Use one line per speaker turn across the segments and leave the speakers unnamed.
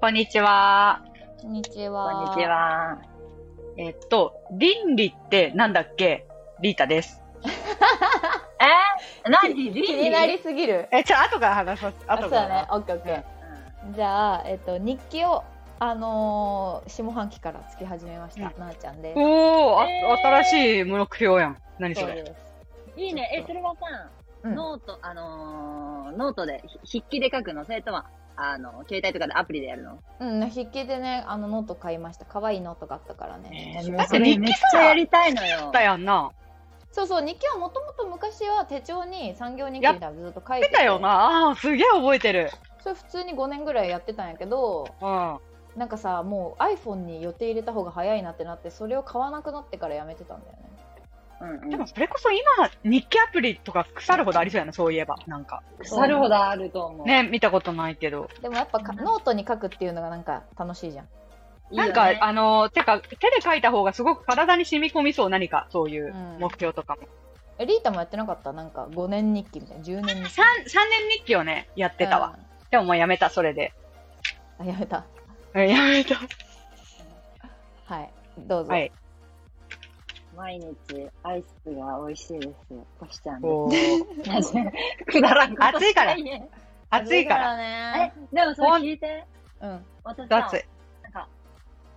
こんにちは。
こんにちは。
こんにち。は。えっと、倫理ってなんだっけリータです。え何倫
気になりすぎる。
え、じゃあ、後から話します。
あ、
後
そう
から
だね。オッケーオッケー。じゃあ、えっと、日記を、あのー下半期からつき始めました。
う
なあちゃんです
うん。おー、あ
えー
新しい目標やん。何そ
そう
れ。
です。
いいね。え、それはさ、
うん
ノート、あのー、ノートで、ひ筆記で書くのそれとも、あの、携帯とかでアプリでやるの
うん、筆記でね、あの、ノート買いました。可愛いノートがあったからね。
だって日記
めっちゃやりたいのよ。
だやんな。
そうそう、日記はもともと昔は手帳に産業日記みたいなのずっと書いて
出
て
たよ。な。あーすげえ覚えてる。
それ普通に5年ぐらいやってたんやけど、
うん。
なんかさ、もう iPhone に予定入れた方が早いなってなって、それを買わなくなってからやめてたんだよね。
うんうん
でも、それこそ今、日記アプリとか腐るほどありそうやな、そういえば。なんか。
腐るほどあると思う。
ね、見たことないけど。
でもやっぱかノートに書くっていうのがなんか楽しいじゃん。
いいよ
な
ね。
んか、あの、てか、手で書いた方がすごく体に染み込みそう、何か、そういう
うん
目標とかも。
えリータもやってなかったなんか5年日記みたいな10年日記
三三年日記をね、やってたわ。、でももうやめた、それで。
うんあやめた
うんやめた。
はいどうぞ、
はい。
毎日アイスが美味しいですよ。こしちゃん
こう
くだらんこと
暑いから
しなね
暑いから。
え
ね、
でもそれ聞いて。
うん
私さ
暑い。
なんか、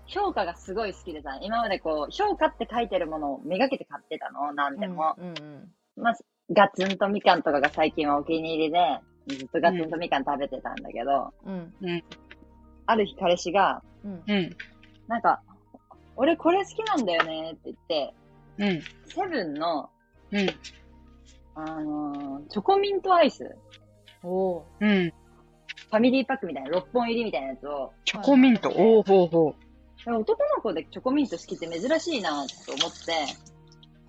評価がすごい好きでさ、今までこう、評価って書いてるものをめがけて買ってたの、なんでも。
うんうん
まあ、ガツンとみかんとかが最近はお気に入りで、ずっとガツンとみかん食べてたんだけど、
うん
ある日彼氏が、
うん
うん。
なんか、俺これ好きなんだよねって言って、
うん。
セブンの、
うん。
あのーチョコミントアイス、
おお
うん。
ファミリーパックみたいな、6本入りみたいなやつを、
チョコミント。おーほうほ
男の子でチョコミント好きって珍しいなと思って、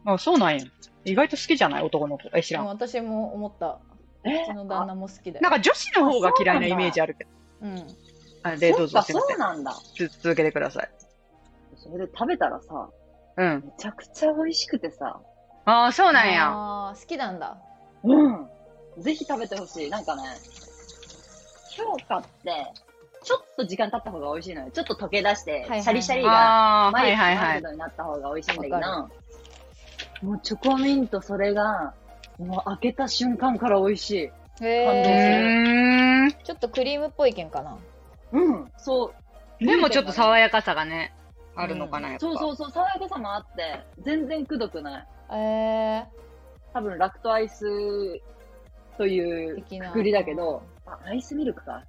う。あ、そうなんや。意外と好きじゃない男の子。え、知
ー
ら。
もうん私も思ったうちの旦那も好きだよ
なんか女子の方が嫌いな
あそう
イ
なんだ
メージあるけど。
うん
あで、どうぞ、すい
そ
ま
っか、
せ
そうんなんだ。
つ。続けてください。
それで食べたらさ、
うん。
めちゃくちゃ美味しくてさ、
ああ、そうなんや。
あー好きなんだ
うん。ぜひ食べてほしい。なんかね、評価って、ちょっと時間経った方が美味しいのよ。ちょっと溶け出して、
いはい
シャリシャリが、
ああー、は
マイ
い
ルド
はい
マ
は
イル
い。
ドになった方が美味しいんだけ
わ
ど、もうチョコミントそれが、もう開けた瞬間から美味しい。
う
へえ
ーん。
ちょっとクリームっぽい意見かな
うん。そう。
でもちょっと爽やかさがね、あるのかな、やっぱ。
そうそうそう、爽やかさもあって、全然くどくない。
え
多分、ラクトアイスとい
ー、
う
的な
くりだけど、あ、アイスミルクか。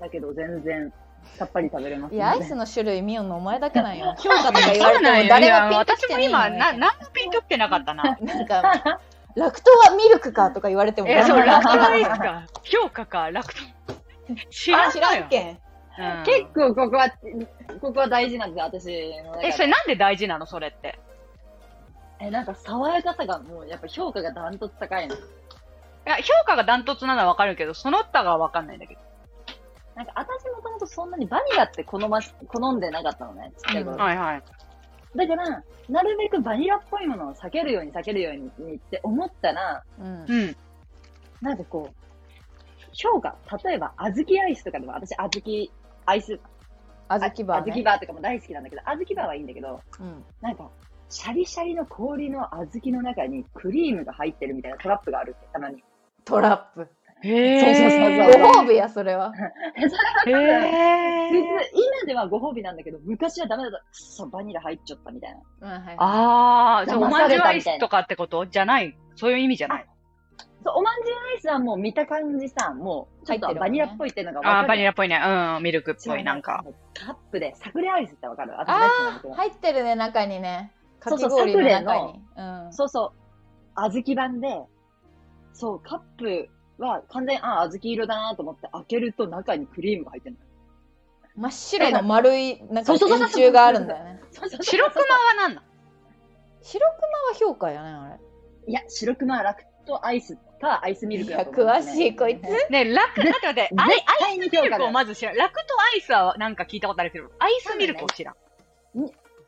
だけど全然さっぱり食べれます、
いやアイスの種類ミオンのお前だけなんよ評価 と
そ
か
う
言われても
なんや。い
誰
や、
がピンとき
私
て
も
ねえ
今、
よ
な、なんもピンときてなかったな。
なんか、ラクトはミルクかとか言われても、
え、そう、
ラ
ラ
ク
ク
ト
ト
ア
ア
イ
イ
ス
スか。評価か、ラクト。知
あ
らん
知
の
ら
よ
ん。けん。
うん
結構ここは、ここは大事なんですよ、私の中で
え、それなんで大事なのそれって。
え、なんか爽やかさがもう、やっぱ評価がダントツ高いの。
いや、評価がダントツなのはわかるけど、その他がわかんないんだけど。
なんか私もともとそんなにバニラって好まし、好んでなかったのね、ちっちゃい頃。
うん
はいはい。
だから、なるべくバニラっぽいものを避けるように避けるようにって思ったら、
うん。
うん。
なんかこう、評価、例えば小豆アイスとかでも、私小豆、アイス、
あ
あ
ずきバー、ね。
小豆バーとかも大好きなんだけど、小豆バーはいいんだけど、
うん。
なんか、シャリシャリの氷の小豆の中にクリームが入ってるみたいなトラップがあるって、たまに。
トラップ。
へ
そうそうそ
ご
う
褒美や、それは。
へ
別に
え。
今ではご褒美なんだけど、昔はダメだった。くっそ、バニラ入っちゃったみたいな。
うん、はい。
あー、そう、お
騙
ま
さ
んじゅ
れ
う
た
ア
み
イ
たいな
スとかってことじゃない。そういう意味じゃない。
そう、おまんじゅうアイスはもう見た感じさ、もう、ちょ
入
っ
ってる
と
もんね
バニラっぽいっていうのが分かる。
あー、バニラっぽいね。うん、ミルクっぽい、なんか。。
カップで、サクレアイスって分かるあ
あ
と
ー、
ね
入ってるね、中にね。
そ
か
うそ
き
う
氷の
サクレ
中
の
に。うん。
そうそう。小豆版で、そう、カップは完全、ああ、小豆色だなと思って開けると中にクリームが入ってる
真っ白の丸い、なんか
そう
円
そうそうそう
柱があるんだよね。
そうそうそう
白熊は何な
白熊は評価やね、あ
いや、白熊はラクトアイスかアイスミ
れ。
ル
い
ク
や、
だと思う
詳
んです
し
ね
い、こいつ。
のね、ラク、待って待って、アイ
絶対に評
ミ
価
ルク
が
をまず知らん。ラクトアイスはなんか聞いたことあるけど、アイスミルクを知らん。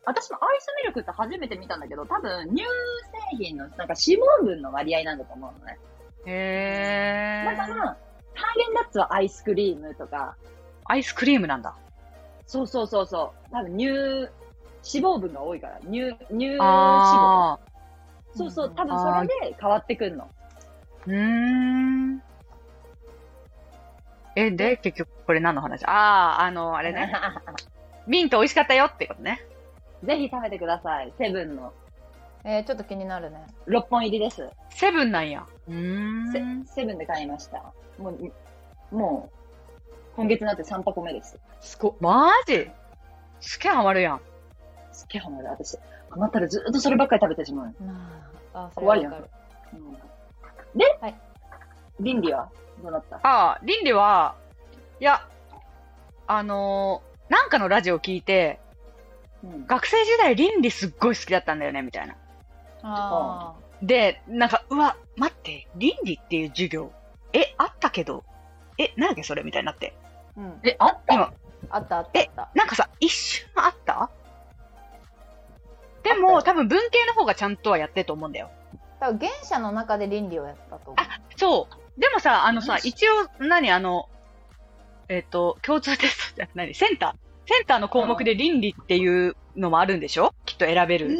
私もアイスミルクって初めて見たんだけど、多分乳製品のなんか脂肪分の割合なんだと思うのね。
へ
だか
ー。
ら、ハーゲンダッツはアイスクリームとか、
アイスクリームなんだ。
そうそうそうそう。多分乳、脂肪分が多いから、乳、乳脂肪。
ああ。
そうそう、
うん
多分それで変わってくんの。
うーん。え、で、結局これ何の話ああ、あの、あれね。ミント美味しかったよってことね。
ぜひ食べてください。セブンの
えー、ちょっと気になるね。
6本入りです。
セブンなんや。うーん。
セセブンで買いました。もうに、もう、今月になって3箱目です。
すご、マジすげえハマるやん。
すっげえハマる、私。ハマったらずっとそればっかり食べてしまう。
なあ、あそれ
怖
わ
いやん
かる。
うんで、
はい
倫理はどうなった
ああ、倫理は、いや、あのーなんかのラジオ聞いて、
うん。
学生時代倫理すっごい好きだったんだよね、みたいな。
あ
で、なんか、うわ、待って、倫理っていう授業、え、あったけど、え、なんだっけそれみたいになって。
あ、うん。
え、あった今、
あったあったあった。
なんかさ、一瞬あったでも、多分文系の方がちゃんとはやってると思うんだよ。
多分原社の中で倫理をやったと思う。
そう。でもさ、あのさ
よ、し
一応、何、あの、えっ、と、共通テストじゃない、センター。センターの項目で倫理っていうのもあるんでしょきっと選べ
え
る。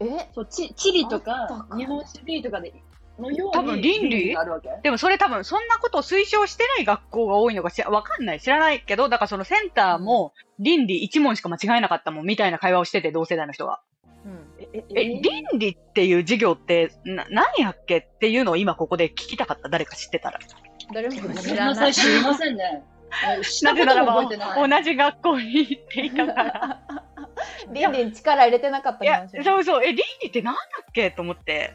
え
そう、チチリと
あった
か
か、
日本酒ビールとかで、のように。
多分倫理
があるわけ
でもそれ多分、そんなことを推奨してない学校が多いのかしらわかんない。知らないけど、だからそのセンターも倫理1問しか間違えなかったもん、みたいな会話をしてて、同世代の人が。
うん。
え、え、
え、倫理っていう授業って、な、何やっけっていうのを今ここで聞きたかった。誰か知ってたら。
誰も
知
知
ら
ら
な。
ないい。
知りませんね。え知
な
ら
ぜならば、
覚えてない。
同じ学校に行っていたから。
倫理に力入れてなかった
いや、
かもしれない
そうそう、え、倫理ってなんだっけと思って。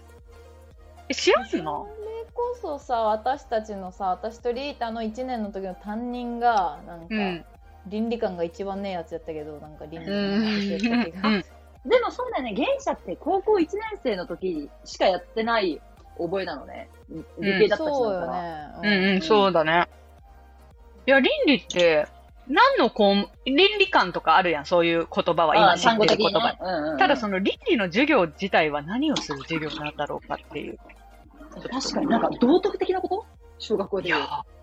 え、知らん
それ
の
こそさ私たちのさ私とリータの1年の時の担任がなんか、
うん。
倫理観が一番ねえやつやったけどなんか倫理
う
観が一番やった気が
ん。
でもそうだよね、原社って高校1年生の時しかやってない覚えなのね。理系だった人
そう
だか
よね、
ら。
うんうん、そうだね。いや、倫理って、何の項目、倫理観とかあるやん、そういう言葉は
あ
今
あ
知っ
産後
てる
的
言
に
葉。
ね。うんうんうん
ただその倫理の授業自体は何をする授業なんだろうかっていう。
確かになんか道徳的なこと小学校
い
で
や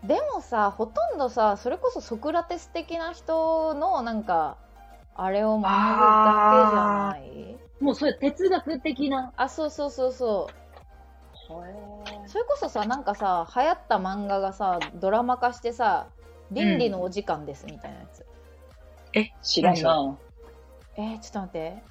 言う。
ー、
でもさほとんどさそれこそソクラテス的な人のなんかあれを学ぶだけじゃない
もうそれ哲学的な。
あそうそうそうそうそれこそさなんかさ流行った漫画がさドラマ化してさ倫理のお時間ですみたいなやつ、
知らんな。
えー、ちょっと待って。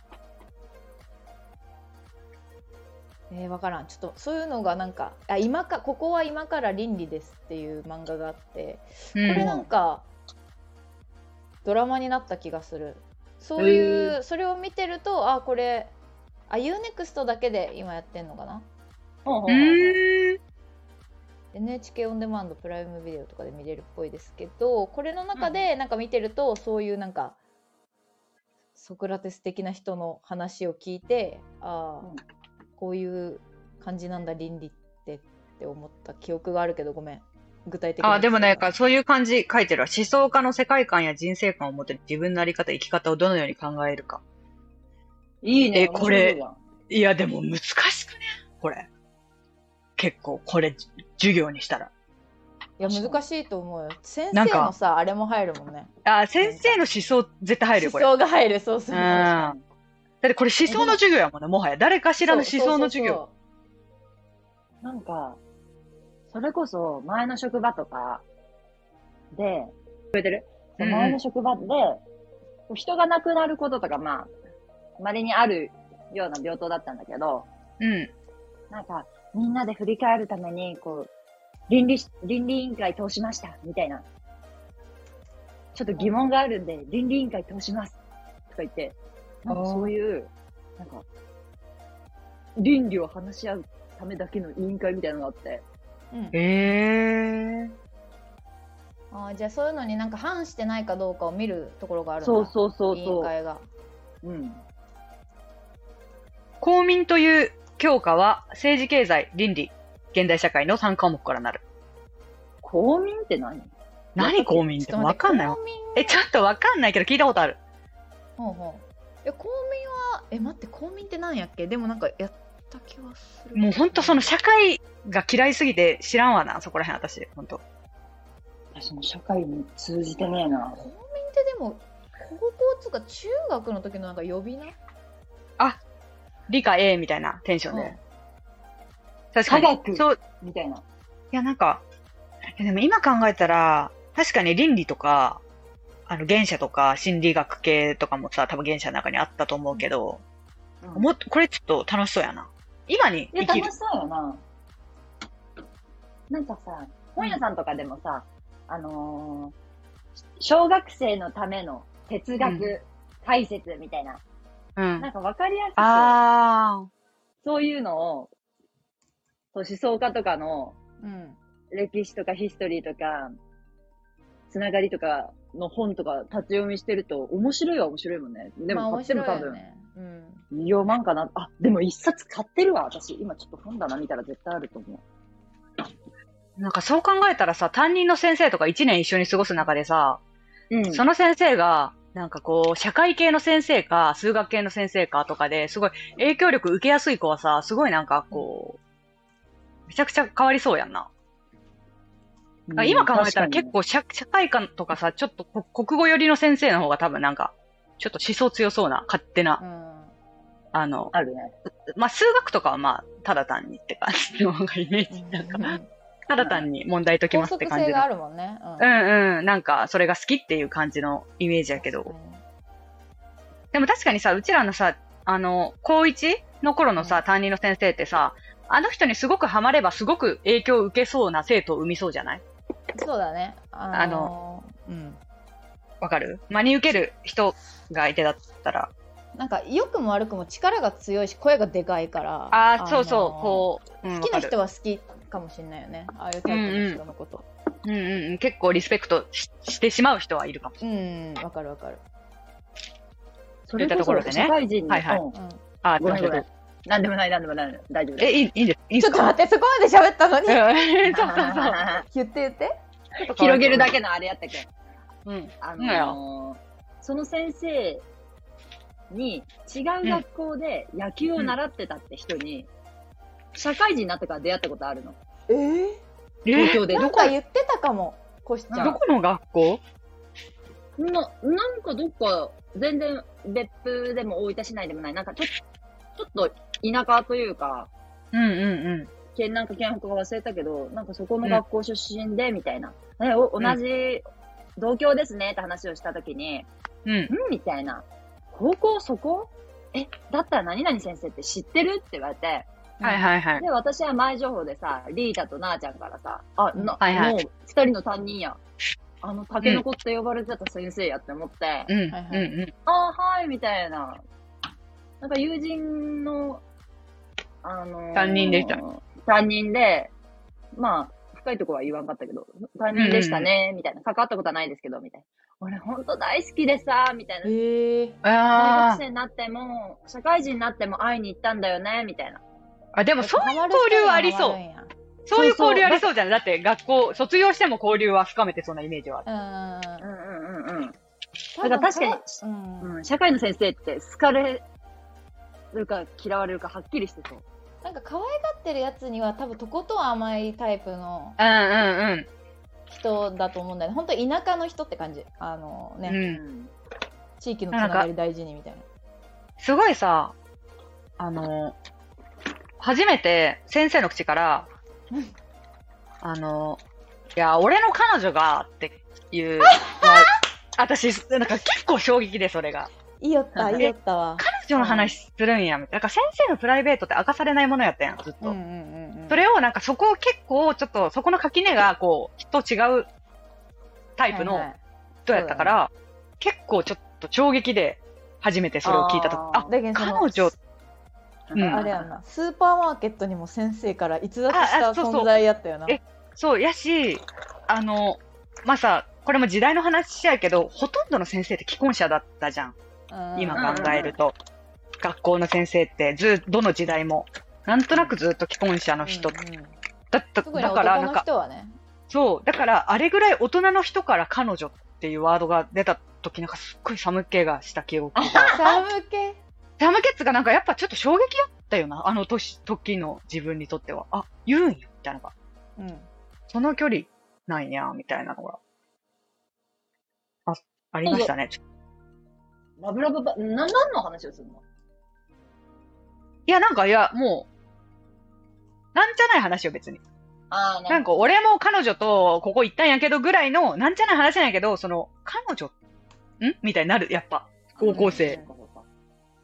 えー、わからん。ちょっと、そういうのがなんか、あ、今か、ここは今から倫理ですっていう漫画があって、
う
こ
ん
れなんか、ドラマになった気がする。そういう、それを見てると、あ、これ、あ、UNEXT だけで今やってんのかな
うんうん
うーん。
?NHK オンデマンドプライムビデオとかで見れるっぽいですけど、これの中でなんか見てると、そういうなんか、ソクラテス的な人の話を聞いて、ああ、
うん
こういう感じなんだ、倫理ってって思った記憶があるけど、ごめん。具体的に
あ、でもなんか、そういう感じ書いてるわ。思想家の世界観や人生観をもとに自分のあり方、生き方をどのように考えるか。
いいね。
えこれ
面白いわ
いや、でも難しくねこれ。結構、これ、じ授業にしたら。
いや、難しいと思うよ。先
なん
生
か
のさ、あれも入るもんね。
あ、先生の思想絶対入るよ、こ
思
れ。
想が入る、そうそうう。
ん。だってこれ思想の授業やもんね、もはや。誰かしらの思想の授業。
なんか、それこそ前の職場とかで、聞こえて
うんう
る
ん
前の職場で、人が亡くなることとか、まあ、稀にあるような病棟だったんだけど、
うん。
なんか、みんなで振り返るために、こう、倫理し、倫理委員会通しました、みたいな。ちょっと疑問があるんで、倫理委員会通します、とか言って、なんかそういう、なんか、倫理を話し合うためだけの委員会みたいなのがあって、
そうそううん
ええ
あーじゃあそういうのになんか反してないかどうかを見るところがあるんだ
そうそうそう
委員
そ
会が
う。うん。
公民という教科は、政治経済、倫理、現代社会の3科目からなる。
公民って何
何公民ってわかんないわ。
公民は
え、ちょっとわかんないけど聞いたことある。
ほうほうえ公民はえ待って公民ってなんやっけでもなんかやった気はする
もうほんとその社会が嫌いすぎて知らんわな、そこら辺私。ほんと。
私も社会に通じてねえな。
公民ってでも高校っつうか中学の時のなんか呼び名、
理科 A みたいなテンションで。
うん
確かに。
科学
そう、
みたいな。
いや、なんか、いやでも今考えたら、確かに倫理とか、あの、原社とか心理学系とかもさ、多分原社の中にあったと思うけど、
うん
もっと、これちょっと楽しそうやな。今に
いや、
生き
楽し
る。
そうよな。なんかさ、本屋さんとかでもさ、あのー小学生のための哲
うん
学解説みたいな、
うん。
な
あ
んかわかりやすく、
あ
そういうのを、そう思想家とかの
うん、
歴史とかヒストリーとか、つながりとかの本とか立ち読みしてると、面白いは面白いもんね。で
まあ
も買
面
っても
白い
多
よ
分、
ね、うん、
読まんかな。あ、でも一冊買ってるわ、私。今ちょっと本棚見たら絶対あると思う。
ー。なんかそう考えたらさ、担任の先生とか一年一緒に過ごす中でさ、
うん
その先生が、なんかこう、社会系の先生か、数学系の先生かとかで、すごい影響力受けやすい子はさ、すごいなんかこう、めちゃくちゃ変わりそうやんな。あ今考えたら結構社社会科とかさ、ちょっとこ国語寄りの先生の方が多分なんか、ちょっと思想強そうな、勝手な、
うん、
あの、
あるね。
まあ、数学とかはまあ、ただ単にって感じの方がイメージ。なんか、ただ単に問題解き
法
ますって
則
感じ
性
の
があ。るもんね、う
う
ん
んうん。なんか、それが好きっていう感じのイメージやけど。でも確かにさ、うちらのさ、あの、高一の頃の
う
さ、担任の先生ってさ、あの人にすごくハマればすごく影響を受けそうな生徒を生みそうじゃない
そうだね。あのーうん。
わかる真に受ける人がいてだったら。
なんか良くも悪くも力が強いし声がでかいから。
ああ、そう
あの
そう、
ー
こう。うん
好きな
わかる
人は好きかもしれないよね。ああいうタイプの人のこと。
うんうんうん。結構リスペクトししてしまう人はいるかもしれ
うん、うんわかるわかる。
そ
言ったところでね
社会人に
はいはい
うん
うん
ない。あー
ごめんごめ
どうんぞ。
なんでもない、なんでもない。大丈夫
え、
え、
いい、いいんです。いいん
ち
です
ょっと
か
待って、そこまで喋ったのに。
うんそうそうそう。
言って言って。
広げるだけのあれやったっけ
うん。
あ
うんや
のー、その先生に違う学校で野球を習ってたって人に、社会人になってから出会ったことあるの。
ええ
東
え
京で。
なんか言ってたかも、こしちゃ
ど
ん。
この学校
ななんかどっか、全然別府でも大分市内でもない、なんかちょちょっと田舎というか、
うんうんうん。
県なんか県北が忘れたけど、なんかそこの学校出身で、みたいな。え、お同じ、同郷ですねって話をしたときに、
うん。
うんみたいな。高校そこえ、だったら何々先生って知ってるって言われて、
はいはいはい。
で、私は前情報でさ、リーダとなあちゃんからさ、あ、な、
はいはい
もう二人の担任や。あの、タケノコって呼ばれてた先生やって思って、
うん。うん
はいはい
うん。
あーはい、みたいな。なんか友人の、あのー
担任でした。
担任で、まあ、深いところは言わんかったけど、担任でしたね、みたいな。関わったことはないですけど、みたいな。俺、ほんと大好きでさ、みたいな。
ええ
大
あ
学生になっても、社会人になっても会いに行ったんだよね、みたいな。
あ。あ、でもそういう交流はありそう。そういう交流ありそうじゃん。だって学校、卒業しても交流は深めてそうなイメージはある。
うん。
うんうんうん
多分
だから確かに
うん
うん。うん、社会の先生って好かれるか嫌われるかはっきりしてそう。
なんか可愛がってるやつには多分とことん甘いタイプの
うんうん
人だと思うんだよね。本当田舎の人って感じ。あのね、
うん。うん。
ん。
地域のつながり大事にみたいな。
すごいさ、あの、初めて先生の口から
うん、
あの、いや、俺の彼女がっていう、まあ私、なんか結構衝撃で、それが。
いいよった、
うん
いいよったわ。
彼女の話するんや、みたいな。なんか先生のプライベートって明かされないものやったやん、ずっと。
ん
それをなんかそこを結構、ちょっと、そこの垣根が、こう、人と違うタ
タ
イプの人やったから、結構ちょっと衝撃で、初めてそれを聞いたとき、
あ
あ、
ー
だけどその
彼女、うん
あれやんなスーパーマーケットにも先生から逸脱し
あ
た
あそうそう
存在やったよな
えそう、やし、あの、まあ、さ、これも時代の話やけど、ほとんどの先生って既婚者だったじゃん。
うん
今考えると。学校の先生って、ずっどの時代も。なんとなくずっと既婚者の人
うんうん
だった、
特に
だから、
男
なん
の
か、
人はね
そう、だから、あれぐらい大人の人から彼女っていうワードが出た時なんかすっごい寒気がした記憶が。
寒気
寒気っつうかなんかやっぱちょっと衝撃だったよな、あの年、時の自分にとっては。あ、言うんや、みたいなのが。
うん
その距離、ないや、みたいなのが。あ、ありましたね。ちょ
ラブラブば、な、何の話をするの
いや、なんか、いや、もう、なんじゃない話よ、別に。
ああ、な
なんん
か、
か、俺も彼女とここ行ったんやけどぐらいの、なんじゃない話なんやけど、その、彼女、んみたいになる、やっぱ。高校生。
うん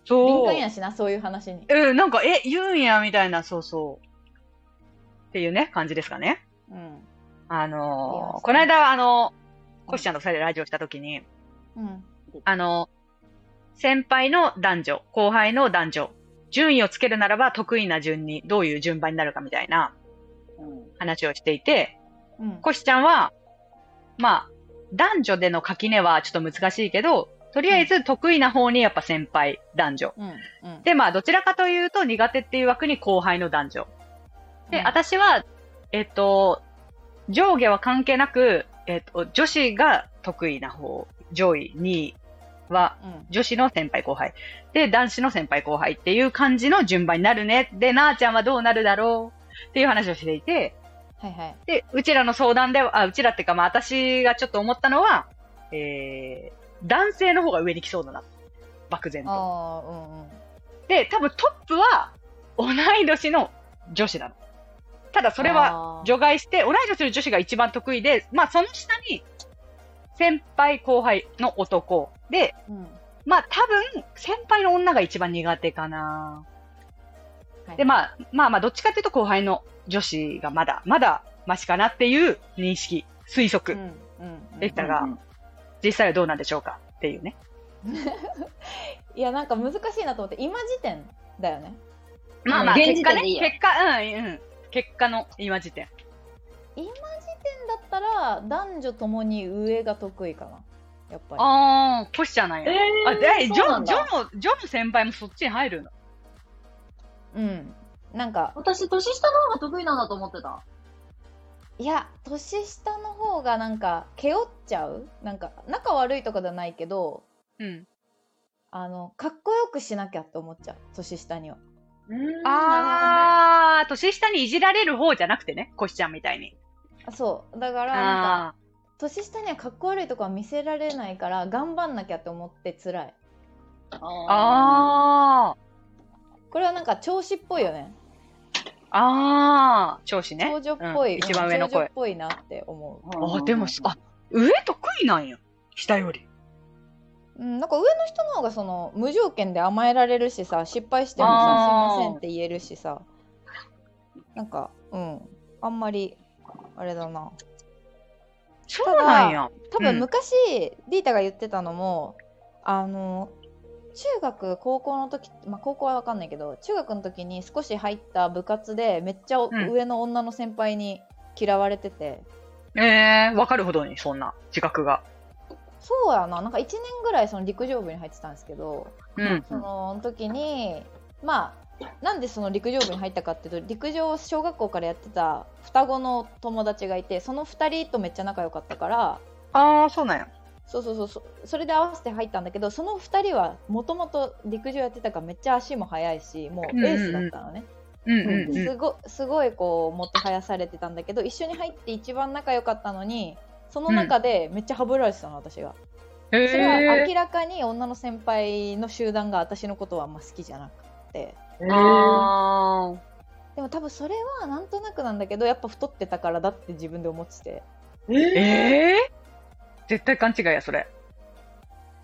敏
そう。
感やしな、そういう話に。
うん、なんか、え、言うんや、みたいな、そうそう。っていうね、感じですかね。
うん。
あ
いや
の
そ
ー
う
この間、あのコシちゃんと二人でラジオしたときに、
うん。
あの先輩の男女、後輩の男女、順位をつけるならば得意な順に、どういう順番になるかみたいな
うん。
話をしていて、
うん。
コシちゃんは、まあ、男女での垣根はちょっと難しいけど、とりあえず得意な方にやっぱ先輩、男女。
うん。うん、
で、まあ、どちらかというと苦手っていう枠に後輩の男女。で、
うん、
私は、えっと、上下は関係なく、えっと、女子が得意な方、上位2位は、
うん。
女子の先輩後輩。で、男子の先輩後輩っていう感じの順番になるね。で、なーちゃんはどうなるだろうっていう話をしていて、
はいはい。
で、うちらの相談では、あ、うちらっていうか、まあ、私がちょっと思ったのは、えー、男性の方が上に来そうだな。漠然と。
ああ、うんうん。
で、多分トップは、同い年の女子なの。ただそれは、
は
除外して、同い年の女子が一番得意で、まあその下に、先輩後輩の男。で、
うん。は
まあ多分、先輩の女が一番苦手かな。
い、
で、まあ、まあまあ、どっちかっていうと後輩の女子がまだ、まだ、マシかなっていう認識、推
うん
測。
うんうん、
できたが
うん
実際はどうなんでしょうかっていうね。
いや、なんか難しいなと思って、今時点だよね。
まあまあ、
現
結
時
果
点でい
ね。
いよ
結果、うん、うん。結果の今時点。
だったら、男女ともに上が得意かな。やっぱり。
ああ、ポシちゃない
え
や。
ー、
あ、で、ジ
そうな
ョ
ん
ン、
だ
ジョンの、ジョンの先輩もそっちに入るの。
うん。なんか、
私、年下の方が得意なんだと思ってた。
いや、年下の方がなんか、けおっちゃうなんか、仲悪いとかじゃないけど、
うん。
あの、かっこよくしなきゃって思っちゃう。年下には。
うーんなる
あー、年下にいじられる方じゃなくてね、コシちゃんみたいに。
あそう。だから、なん
あ
か、年下にはかっこ悪いとこは見せられないから頑張んなきゃって思って辛い
ほどね
ー。あ
これはなんか調子っぽいよね
ー。あー。調子ね。
長女っぽい、
うん一番上の
長女っ
声。
ぽいなって思
あ
うん
ー、でも、あ、上得意なんや。下より。
う、うん、なんか上の人の方がその無条件で甘えられるしさ失敗しても
あー
さすいませんって言えるしさなんかうんあんまりあれだな
そうなんや。
多
う
分
ん
昔、ディータが言ってたのもあの中学高校の時、まあ、高校は分かんないけど中学の時に少し入った部活でめっちゃお、
うん
上の女の先輩に嫌われてて
えー、わかるほどに、そんな、自覚が。
そうやななんか1年ぐらいその陸上部に入ってたんですけど
うん。
その時にまあなんでその陸上部に入ったかっていうと陸上を小学校からやってた双子の友達がいてその2人とめっちゃ仲良かったから
あー、そうなんや。
そうそうそうそそれで合わせて入ったんだけどその2人はもともと陸上やってたからめっちゃ足も速いしもうエースだったのね、
うんうんうん。
すごすごいこうもてはやされてたんだけど一緒に入って一番仲良かったのにその中でめっちゃハブられてたの私が、
え
それは
ー。
明らかに女の先輩の集団が私のことはあんま好きじゃなくて
うん
あー。
でも多分それはなんとなくなんだけどやっぱ太ってたからだって自分で思ってて
えー
えー、絶対勘違いや、それ。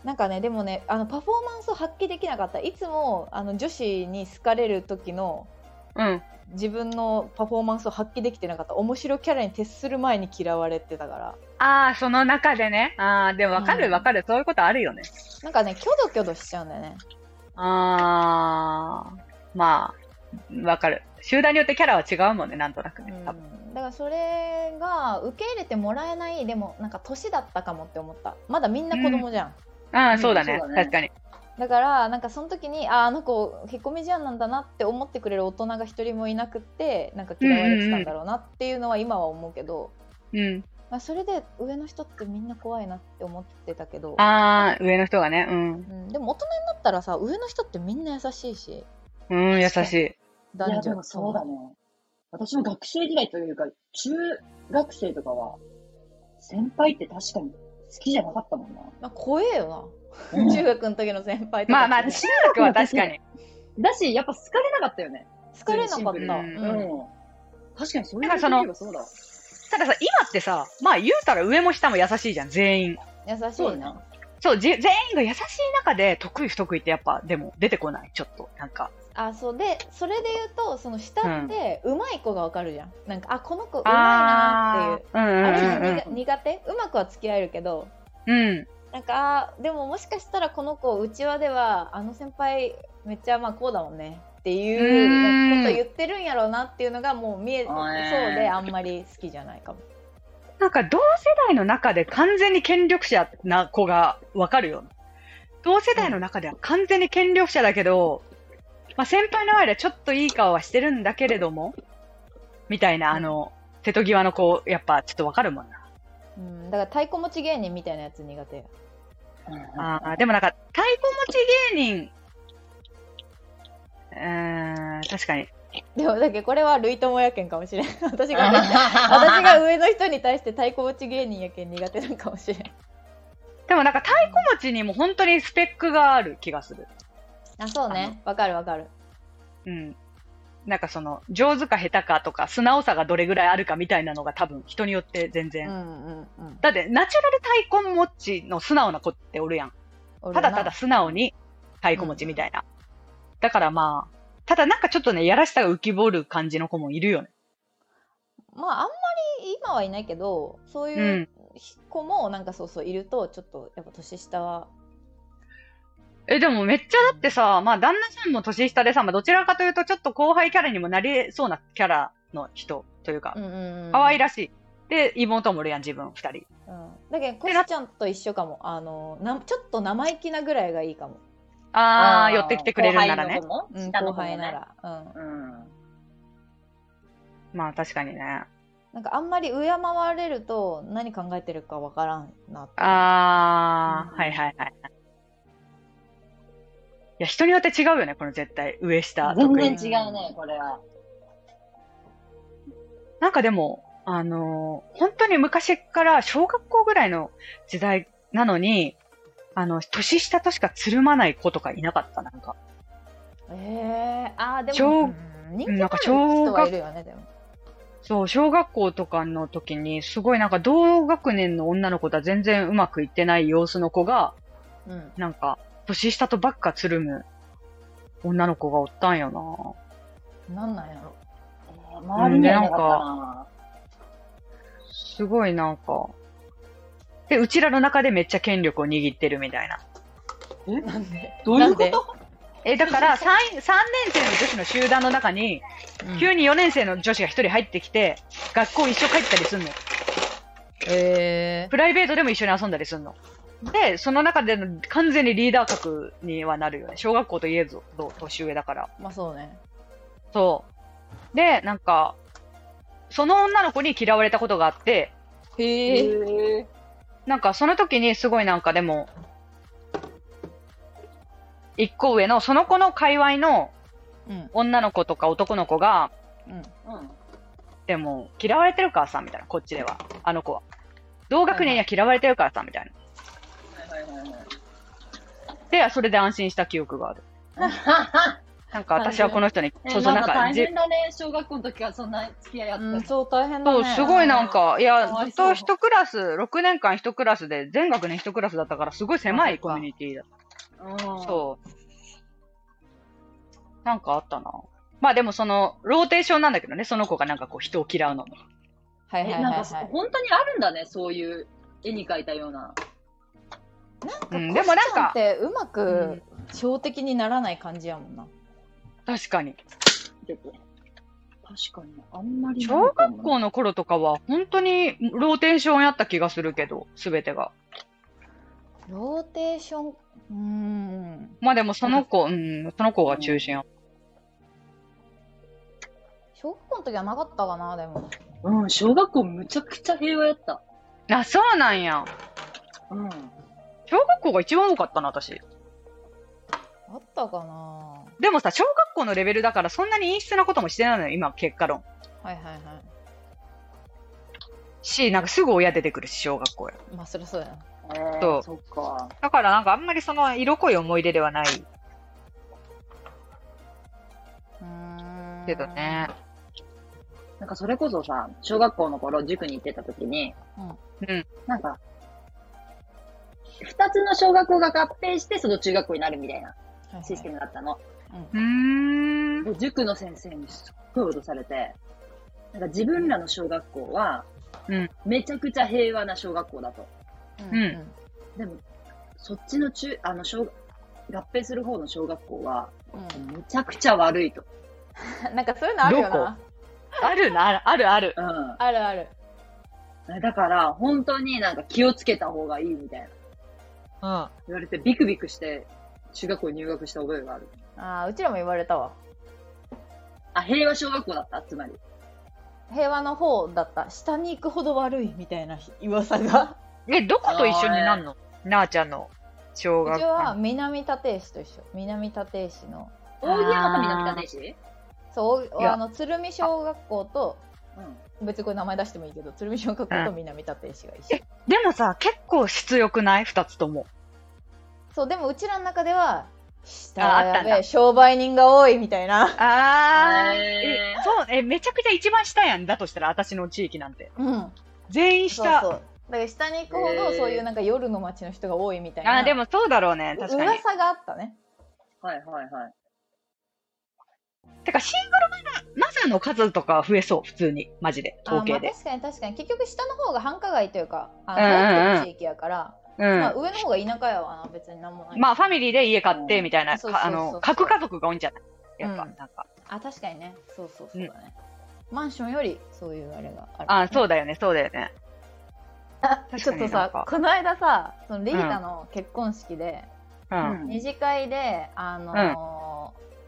なんかねでもねあのパフォーマンスを発揮できなかったいつもあの女子に好かれる時の
うん。
自分のパフォーマンスを発揮できてなかった面白キャラに徹する前に嫌われてたから
あー、その中でね。あー、でもわか
う
る
ん
わかる、そういうことあるよね。
なんかねキョドキョドしちゃうんだよね
あー、まあ、わかる。集団によってキャラは違うもんね、なんとなく
う
ね。
ん
多分
だからそれが受け入れてもらえないでもなんか年だったかもって思ったまだみんな子供じゃん、
あ
うん
あ、そうだね
そうだね。
確かに。
だからなんかその時にああの子へこみ思案なんだなって思ってくれる大人が一人もいなくってなんか嫌われてたんだろうなっていうのは今は思うけど、
うん。
まあ、それで上の人ってみんな怖いなって思ってたけど、
ああ、上の人がね。うん。
うん、でも大人になったらさ上の人ってみんな優しいし
うん、優しい。
男女
いや、でもそうだね。私も学生時代というか、中学生とかは、先輩って確かに好きじゃなかったもんな。
まあ、怖えよ
うん
中学の時の先 輩とか
まあまあ、中学は確かに。
だし、やっぱ好かれなかったよね。
好かれなかった、
シンプ
に
ルう
うん
ん。確かにそうい
だ
う
からその
意味で言えばそうだわ。
たださ、今ってさ、まあ言うたら上も下も優しいじゃん、全員。
優し
そう
い
だ
な
な
そう、じ全員が優しい中で、得意不得意ってやっぱ、でも出てこない、ちょっと。なんか、
あそうでそれで言うとその下ってうまい子がわかるじゃんなんかあこの子うまいなーっていう
あー
あれ
うんうん
苦苦手うまくは付き合えるけど
うん。うん。
なんかあーでももしかしたらこの子うちわではあの先輩めっちゃまあこうだもんねっていう
ーん
うこと言ってるんやろうなっていうのがもう見え
あ
そう
ーね
であんまり好きじゃないかも
なんか同世代の中で完全に権力者な子がわかるよ。同世代の中では完全に権力者だけど、まあ先輩の前ではちょっといい顔はしてるんだけれども、みたいな、あの、瀬戸際の子、やっぱちょっとわかるもんな。
うんだから太鼓持ち芸人みたいなやつ苦手
ああ、でもなんか、太鼓持ち芸人、うーん、確かに。
でもだけどこれは類友やけんかもしれん私が 私
私
が上の人に対して太鼓持ち芸人やけん苦手なんかもしれん
でもなんか太鼓持ちにも本当にスペックがある気がする。
あそうねわかるわかる
うん。なんかその、上手か下手かとか、素直さがどれぐらいあるかみたいなのが多分人によって全
う
然。
んうんうん
だって、ナチュラル太鼓持ちの素直な子っておるやん。
おる
た
な
だただ素直に太鼓持ちみたいな。だからまあ、ただなんかちょっとね、やらしさが浮き彫る感じの子もいるよね。
まああんまり今はいないけどそ
う。
ういうん子もなんかそうそういるとちょっとやっぱ年下は
え、でもめっちゃだってさ、まあ旦那さんも年下でさ、まあどちらかというとちょっと後輩キャラにもなりそうなキャラの人というか、
うんうんうん
可愛らしい。で、妹もおるやん、自分二人。
うん、だけどコシちゃんと一緒かもあのなちょっと生意気なぐらいがいいかも、
ああ、寄ってきてくれるならね。
後輩の子も
うん、
下の
後
子もね
輩なら、うん、
うん。
まあ確かにね。
なんかあんまり敬われると何考えてるかわからんなって
ああ、
うん
はいはいはい。いや、人によって違うよね、この絶対。上下、
全
特
然
に。
違うね、これは。
なんかでも、あのー本当に昔から小学校ぐらいの時代なのに、あの、年下としかつるまない子とかいなかった、なんか。
えー、あーで
小
も、うん、人気の
なん
あ
か
る
小
人はいるよねでも
そう、小学校とかの時に、すごいなんか同学年の女の子とは全然うまくいってない様子の子が、
うん
なんか、年下とばっかつるむ女の子がおったんよな。
なんなんやろ
えー周りにはいなかったな。
すごいなんか。で、うちらの中でめっちゃ権力を握ってるみたいな。
なんで
ど
え、だから 3, 3年生の女子の集団の中に、
なんで
急に4年生の女子が1人入ってきて、学校一緒帰ったりすんの。
え
プライベートでも一緒に遊んだりすんの。で、その中での完全にリーダー格にはなるよね。小学校といえど年上だから。
ー、まあそうね
そう。で、なんか、その女の子に嫌われたことがあって、
へえ
へえ。
なんかその時にすごいなんかでも、一個上のその子の界隈の
うん
女の子とか男の子が、
うん
うん。
でも嫌われてるからさ、みたいな、こっちでは。あの子は。同学年には嫌われてるからさ、みたいな。
はいはいはいはい
で、それで安心した記憶がある。なんか私はこの人に、
え
そうそう、な
な
んん
か
か
大
じ、
変だね、小学校の時はそんな付き合いあ
うん、
った。
そう大変だ
そ
ね
う、すごいなんか、いや、
かわ
ず
い
っ
そ
と
う
一クラス、6年間一クラスで、全学年一クラスだったから、すごい狭いコミュニティだ
そ
そう。なんかあったな。まあでもその、ローテーションなんだけどね、その子がなんかこう人を嫌うのも。
はいはい
え、
はい、
なんか
はい、
本当にあるんだね、そういう絵に描いたような。
うんで
でも
も
な
なんん
か
か
ってうまく標的にならない感じやもんな、
確かに。
確かに、あんまりないかも
小
な。
学校の頃とかは、本当にローテーションやった気がするけど、すべてが。
ローテーションうーん
まあでもその子、うん、その子が中心や。
小学校の時はなかったかなでも
うん、小学校むちゃくちゃ平和やった。
あ、そうなんや。
うん。
小学校が一番多かったな、私。
あったかな
でもさ、小学校のレベルだから、そんなに陰湿なこともしてないのよ、今、結果論。
はいはいはい
し、なんかすぐ親出てくるし、小学校や。
まあそりゃそうやな
えー
そう
そっか。
だからなんかあんまりその色濃い思い出ではないけどね。
なんかそれこそさ、小学校の頃塾に行ってた時に、
うん。
なんか、二つの小学校が合併して、その中学校になるみたいな
はいはい
システムだったの。
うん
うーん。
で塾の先生にすっごい脅されて、なんか自分らの小学校は
うん、
めちゃくちゃ平和な小学校だと。
うん
うん
でも、そっちの中、あの、小、合併する方の小学校は、
う
めちゃくちゃ悪いと。
ん なんかそういうのあるよ
どこ
な。
あるな、あるある。
う
あるある。
ん。だから、本当になんか気をつけた方がいいみたいな。
うん。
言われて、ビクビクして、中学校に入学した覚えがある。
あーうちらも言われたわ。
あ、平和小学校だったつまり。
平和の方だった。下に行くほど悪いみたいな 噂が。
え、どこと一緒になんのなあちゃんの小
う
学
ち
校。
は南立石と一緒。南立石の。
大家の神の北弟子
そう、
い
お
や
あの鶴見小学校と、
うん。
別にこれ名前出してもいいけど、鶴見小学校と南立石が一緒。
でもさ、結構質良くない二つとも。
そう、でもうちらの中では、下
ああ
は
った
や
ん
べ
だ
え、商売人が多いみたいな。
あー。え
へ
そう、え、めちゃくちゃ一番下やん。だとしたら、私の地域なんて。
うん。
全員
そうそう。
下。
だから下に行くほど、
へえ
そういうなんか夜の街の人が多いみたいな。
あー、でもそうだろうね。確かに。
噂があったね。
はいはいはい。
てか、シングルマザーの数とか増えそう。普通に。マジで。統計
あーま
で。
あ確かに確かに結局下の方が繁華街というかあの
うんうんうん
流行ってる地域やから、
うん。
まあ、上の方が田舎やわな別になんもない
まあ、ファミリーで家買って、みたいな、
そう
かあ
そうそうそう
の、核家族が多いんじゃないやっぱ、
うん
なんか。
あ確かにねそうそうそうだね、マンションよりそういうあれがある、
あ、そううだよね、そうだよね。確
ち
か
ょっ
に
と
なん
さ
か
この間さそのリーダの結婚式で、
うん。
うん
二次会であのー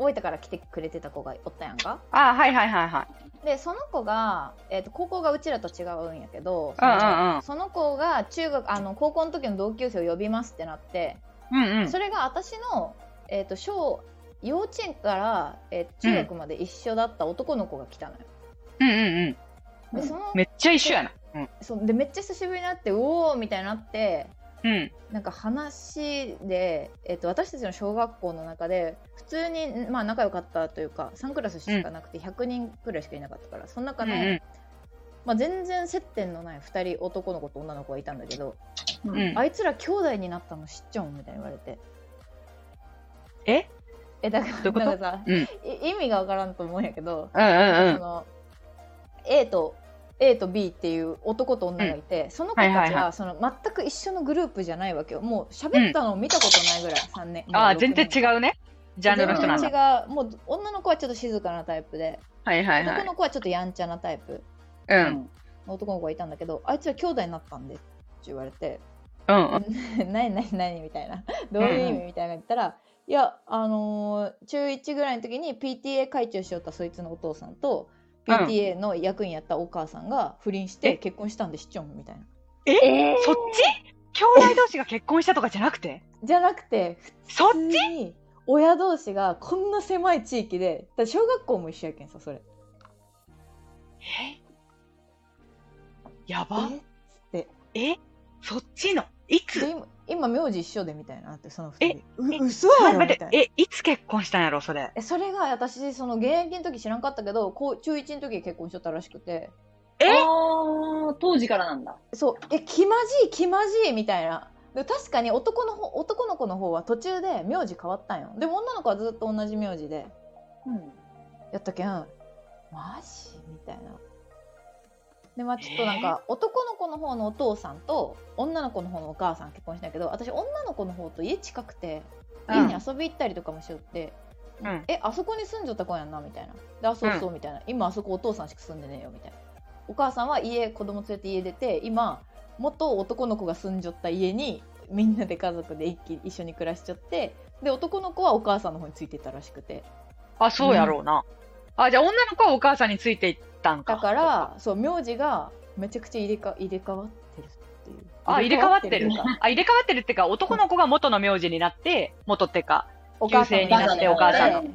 大分から来てくれてた子がおったやんか
あ、はいはいはいはい。
でその子が、えー、と高校がうちらと違うんやけどそ
うん
の,、
うんうん
その子が中学あの高校の時の同級生を呼びますってなって、
うんうん。
それが私の、えー、と小幼稚園から、えー中学まで一緒だった男の子が来たのよ。
うんうんうん。
うん
でその
めっちゃ一緒やな。うん。
そうでめっちゃ久しぶりになってうおーみたいになって
うん。
なんか話で、えー、と私たちの小学校の中で普通に、まあ、仲良かったというか3クラスしかなくて100人くらいしかいなかったからその中
うん
で、
う
まあ、全然接点のない2人男の子と女の子がいたんだけど、
うん
ん。うん。
あいつら兄弟になったの知っちゃうんみたいに言われて。
え
えだから
どういうこと
なんかさ、
うん
い意味がわからんと思うんやけど、
うんうんう
そ
ん。
の A と A と B っていう男と女がいて、その子たち
はいはいは
はその全く一緒のグループじゃないわけよもう喋ったのを見たことないぐらい、3年
ああ、全然違
う
うね。ジャンルの人なん
全
だ。
然違うもう女の子はちょっと静かなタイプで、
はいはいは
男
い。
の子はちょっとやんちゃなタイプ
うん。
う
うん
ん。
の男の子がいたんだけどあいつら兄弟になったんでって言われて
うん。
「 何何何?」みたい な「どういう意
う
味?」みたいなの言ったら「いやあのー中1ぐらいの時に PTA 会長しよったそいつのお父さんと
うん
PTA の役員やったお母さんが不倫して
え
結婚したんで市長もみたいな。
え
そっち兄弟同士が結婚したとかじゃなくて
じゃなくて
そっ
普通に親同士がこんな狭い地域でだから小学校も一緒やけんさそれ。
えや
え
ば
っつって
えそっちのいつ
で今今名字一緒でみたいなってその二人。
え
う嘘や
待
ろみ
った
い
て
な。
えいつ結婚したんやろそれ
えそれが私その現役の時知らんかったけどこう中1の時に結婚しとったらしくて。
え
あー当時からなんだ。
そうえ気まじい気まじいみたいなで確かに男の方男の子の方は途中で名字変わったんよでも女の子はずっと同じ名字で
うん。
やったけんマジみたいなでまあちょっとなんか、男の子の方のお父さんと女の子の方のお母さん結婚したんやけど私女の子の方と家近くて家に遊び行ったりとかもしよって、
うん
えあそこに住んじゃった子やんなみたいなであそうそうみたいな、今あそこお父さんしか住んでねえよみたいなお母さんは家子供連れて家出て今元男の子が住んじゃった家にみんなで家族で一気一緒に暮らしちゃってで男の子はお母さんの方についてったらしくて
あそうやろうなあじゃあ女の子はお母さんについていったんか
だからそう名字がめちゃくちゃ入れか入れ替わってるっていう
あ入れ替わってる
入れ替わってる
あ入れ替わってるっていうか男の子が元の名字になって元ってか
お母さん
旧姓になってお母さんの
の
うん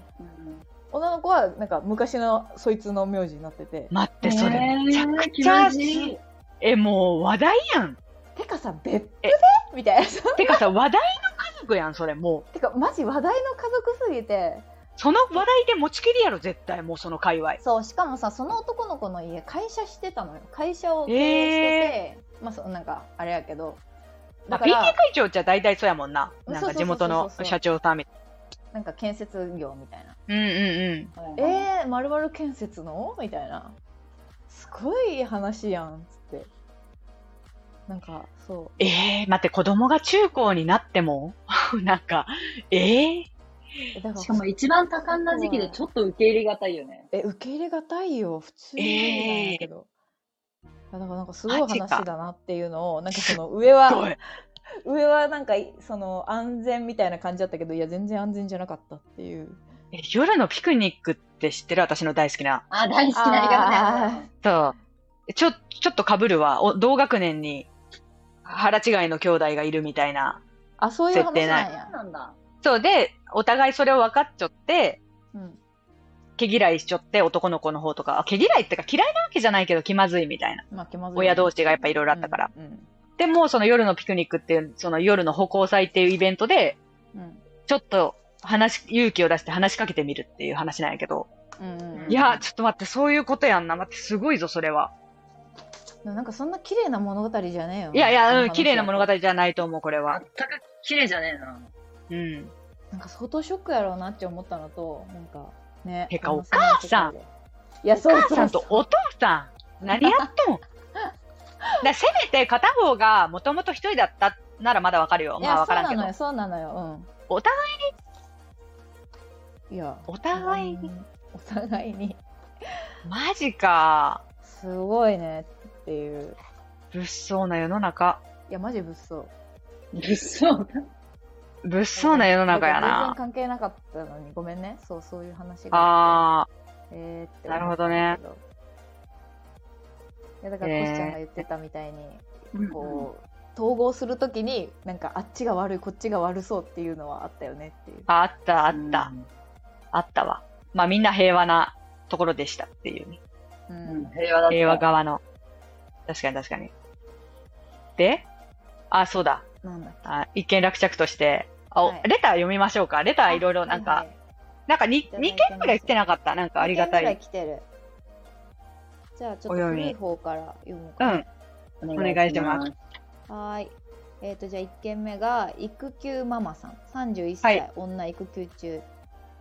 女の子はなんか昔のそいつの名字になってて
待ってそれ
えー
めちゃく
気
ちゃ
まずい
えもう話題やん
てかさ別府で
え
みたいな そ
てかさ、話題の家族やん、それも
うてかマジ話題の家族すぎて
う。その話題で持ちきりやろ、絶対、もうその界隈。
そうしかもさその男の子の家会社してたのよ会社を経営してて、まあそうなんかあれやけど
ま
だ
あ、
か
PK
ら
会長じゃ大体そうやもんな。なん
そうそうそうそう
か地元の社長さんみたい
なんか建設業みたいな
な。うんうん
「えー、まるまる建設の?」みたいなすごい話やんっつってなんかそう
うん。えー、待って、子供が中高になっても なんか、えー、
えだから
しかも一番多感な時期でちょっと受け入れがたいよね。
え受け入れがたいよ普通にみたいなんだけど、あだからなんかすごい
マジか
話だなっていうのをなんかその上は
すごい。
上はなんかいその安全みたいな感じだったけどいや全然安全じゃなかったっていう
え夜のピクニックって知ってる私の大好きな。
あ、大好きな映画だね。
そう。ちょ、ちょっと被るわ。お同学年に腹違いの兄弟がいるみたいな。
あそういう話
設定な
な
ん
そ
や
う、なんだ。
そうで、お互いそれを分かっちゃって、
うん、
毛嫌いしちゃって男の子の方とか、あ毛嫌いってか嫌いなわけじゃないけど気まずいみたいな。
まあ気まずい
親同士がやっぱいろいろあったから。
うん
でも、その夜のピクニックっていう、その夜の歩行祭っていうイベントで、
うん
ちょっと話、勇気を出して話しかけてみるっていう話なんやけど。
うんうんうん
いや、ちょっと待って、そういうことやんな。待って、すごいぞ、それは。
でもなんかそんな綺麗な物語じゃねえよ
いやい
そ
や、うん、
話
綺麗な物語じゃないと思う、これは。
全く綺麗じゃねえな。
うん。
なんか相当ショックやろうなって思ったのとなんかね
てか
あのその世界
お母さん
でいや
お
そう
母
そう
さんとお父さん、何やっ とんだせめて片方がもともと一人だったならまだわかるよ。
い
まあわ
やそう
からん
な
けど
のよ。そうなのようん
お
互いにいや
お互いに
うんお互いに
マジか。
すごいねっていう
物騒な世の中。
いやマジ物騒
そう。
物騒な世の中や
全然
な。
関係なかったのにごめんねそうそういう話が
あ
えーって
ー、
思
な
った
るほどね。
けどいやだから
えー
コシちゃんが言ってたみたいに、こう統合するときになんかあっちが悪いこっちが悪そうっていうのはあったよねっていう
ああった、あった、。あったわ。まあみんな平和なところでしたっていうね。
う
うんん、平和だった。。
平和側の。確かに確かに。で、あ、そうだ。
なんだっ
あ一見落着として、あ、
はい
レター読みましょうか。レタ
け
ーいろいろなんか、
はいはい
なんか 2,
ただ
二
いてます
件ぐらい来てなかった。なんかありがた
二件ぐら
い。
来てるじゃあちょ
お
っと
読み
古い方から読む
う
か、
ん。お願いします
はーいえっ、とじゃあ1件目が育休ママさん31
は
歳、
い
女育休中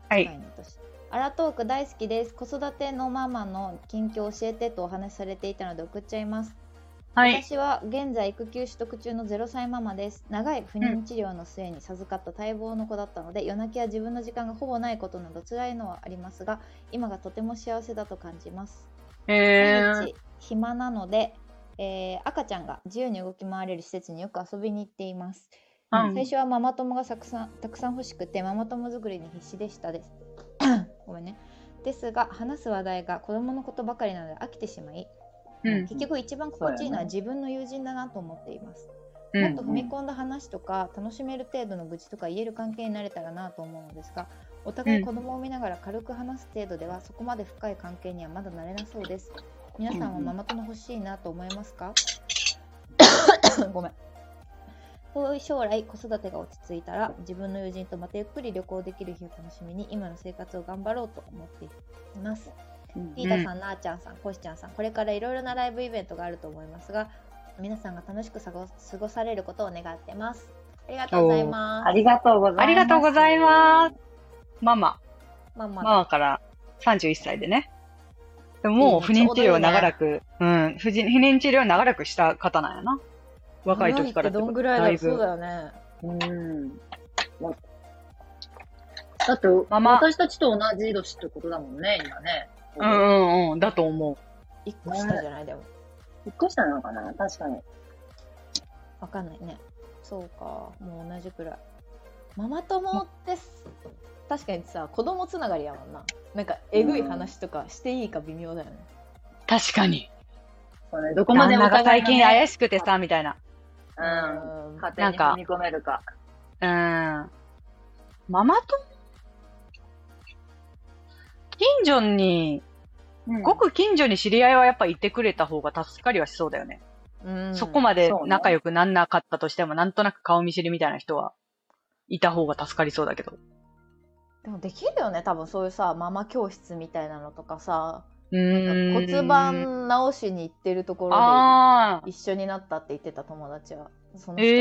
はい。
前の年アラトーク大好きです子育てのママの近況教えてとお話しされていたので送っちゃいます
はい。
私は現在育休取得中の0歳ママです長い不妊治療の末に授かった待望の子だったので、夜泣きや自分の時間がほぼないことなど辛いのはありますが今がとても幸せだと感じます
え
毎
ー、
日暇なので、えー赤ちゃんが自由に動き回れる施設によく遊びに行っています
うん
最初はママ友がたくさんたくさん欲しくてママ友作りに必死でしたです ごめんねですが話す話題が子供のことばかりなので飽きてしまい、
うん
結局一番心地いいのは
そう
自
やな
分の友人だなと思っています、
う
もっ
ん
と踏み込んだ話とか楽しめる程度の愚痴とか言える関係になれたらなと思うのですがお互
う
い
ん
子供を見ながら軽く話す程度ではそこまで深い関係にはまだなれなそうです皆さんは
うんうん
ママ友欲しいなと思いますか ごめん遠い将来子育てが落ち着いたら自分の友人とまたゆっくり旅行できる日を楽しみに今の生活を頑張ろうと思っています
うん
リーダさん、なあちゃんさん、こしちゃんさん、これからいろいろなライブイベントがあると思いますが、皆さんが楽しく過ご過ごされることを願ってます。ありがとうございま
ありがとうございます。
ありがとうございます。ママ。
す。まあ
マ
まあ、
マから31歳でね。でももう
いいね
不妊治療を長らく、うん不妊、不妊治療を長らくした方なんやな。若い時からって
ど
こと
んぐらいだ
い
そう
ぶ。
だよね。
うん。だって、
ママ
私たちと同じ年ってことだもんね、今ね。
うんう
引っ
んうん、だと思う。
一個下じゃないでも。
越したのかな確かに。
わかんないね。そうか、もう同じくらい。ママ友ってす、確かにさ、子供つながりやもんな。なんか、えぐい話とかしていいか微妙だよね。
確かに。
そうね、どこま
旦
でお
那が
互い
最
の
近
ね
怪しくてさ、みたいな。
うん。
うん
家庭に踏み込めるか。
うん。ママと近所に、
うん
ごく近所に知り合いはやっぱいてくれた方が助かりはしそうだよね。
うん
そこまで
そうね
仲良くなんなかったとしても、なんとなく顔見知りみたいな人は、いた方が助かりそうだけど。
でもできるよね多分そういうさママ教室みたいなのとかさ
う
なん
ーん。
か骨。盤直しに行ってるところで
ああ。
一緒になったって言ってた友達はその人と仲良くして、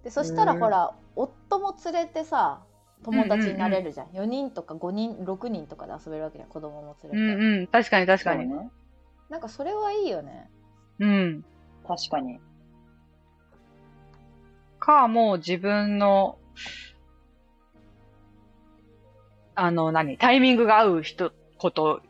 え
でそしたら
うん
ほら、夫も連れてさ友達になれるじゃん,、4人とか5人6人とかで遊べるわけじゃん子供も連
う
れ
ん
て、
うん。確かに確かに。
そうね。
なんかそれはいいよね
うん。
確かに。
か、もう自分の、あの、何、タイミングが合う人、こと、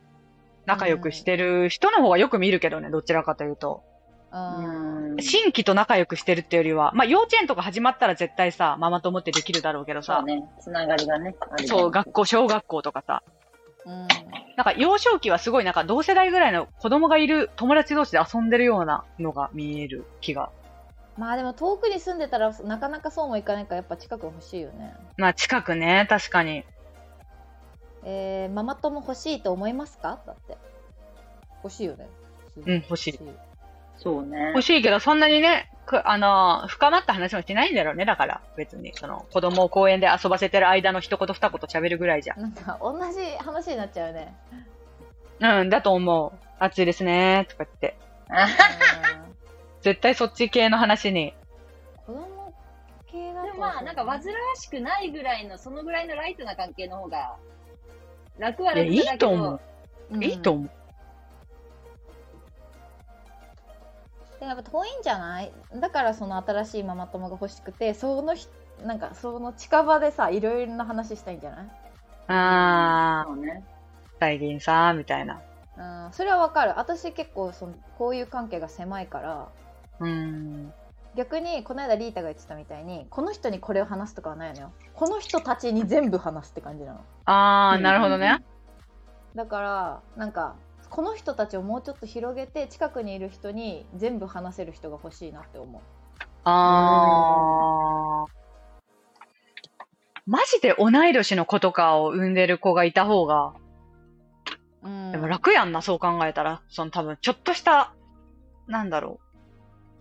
仲良くしてる人の方がよく見るけどね、どちらかというと。
うん
うん
新規と仲良くしてるってよりは、まあ幼稚園とか始まったら絶対さ、ママ友ってできるだろうけど
そう
さ、
ね。つながりがね。ある
そう、学校、小学校とかさ、
うん
なんか幼少期はすごいなんか同世代ぐらいの子供がいる友達同士で遊んでるようなのが見える気が。
まあでも遠くに住んでたらなかなかそうもいかないからやっぱ近く欲しいよね
まあ近くね、確かに。
えー、ママ友欲しいと思いますかだって欲しいよね
うん欲しい
そうね。
欲しいけど、そんなにね、くあのー深まった話もしないんだろうね、だから、別に。その、子供を公園で遊ばせてる間の一言二言喋るぐらいじ
なんか同じ話になっちゃうよね
ゃん。うん、だと思う。暑いですね、とか言って。
うん
絶対そっち系の話に。
子供系だ
で
と
もまあ、なんか煩わしくないぐらいの、そのぐらいのライトな関係の方が、楽はい
や、
楽
いい
だけ
と
ど。
思う。いいと思う。
でもやっぱ遠いんじゃないだからその新しいママ友が欲しくてそのひなんかその近場でさいろいろな話したいんじゃ
あ
そうね。
ー、大銀さん、みたいな。
ないうんそれはわかる私結構そのこういう関係が狭いから
うん。
逆にこの間リータが言ってたみたいにこの人にこれを話すとかはないのよこの人たちに全部話すって感じなの
あ
う
ー、
ん
なるほどね。
だからなんかこの人たちをもうちょっと広げて近くにいる人に全部話せる人が欲しいなって思う
あー。マジで同い年の子とかを産んでる子がいた方が、
うん
でも楽やんな、そう考えたら。その多分、ちょっとした、なんだろう。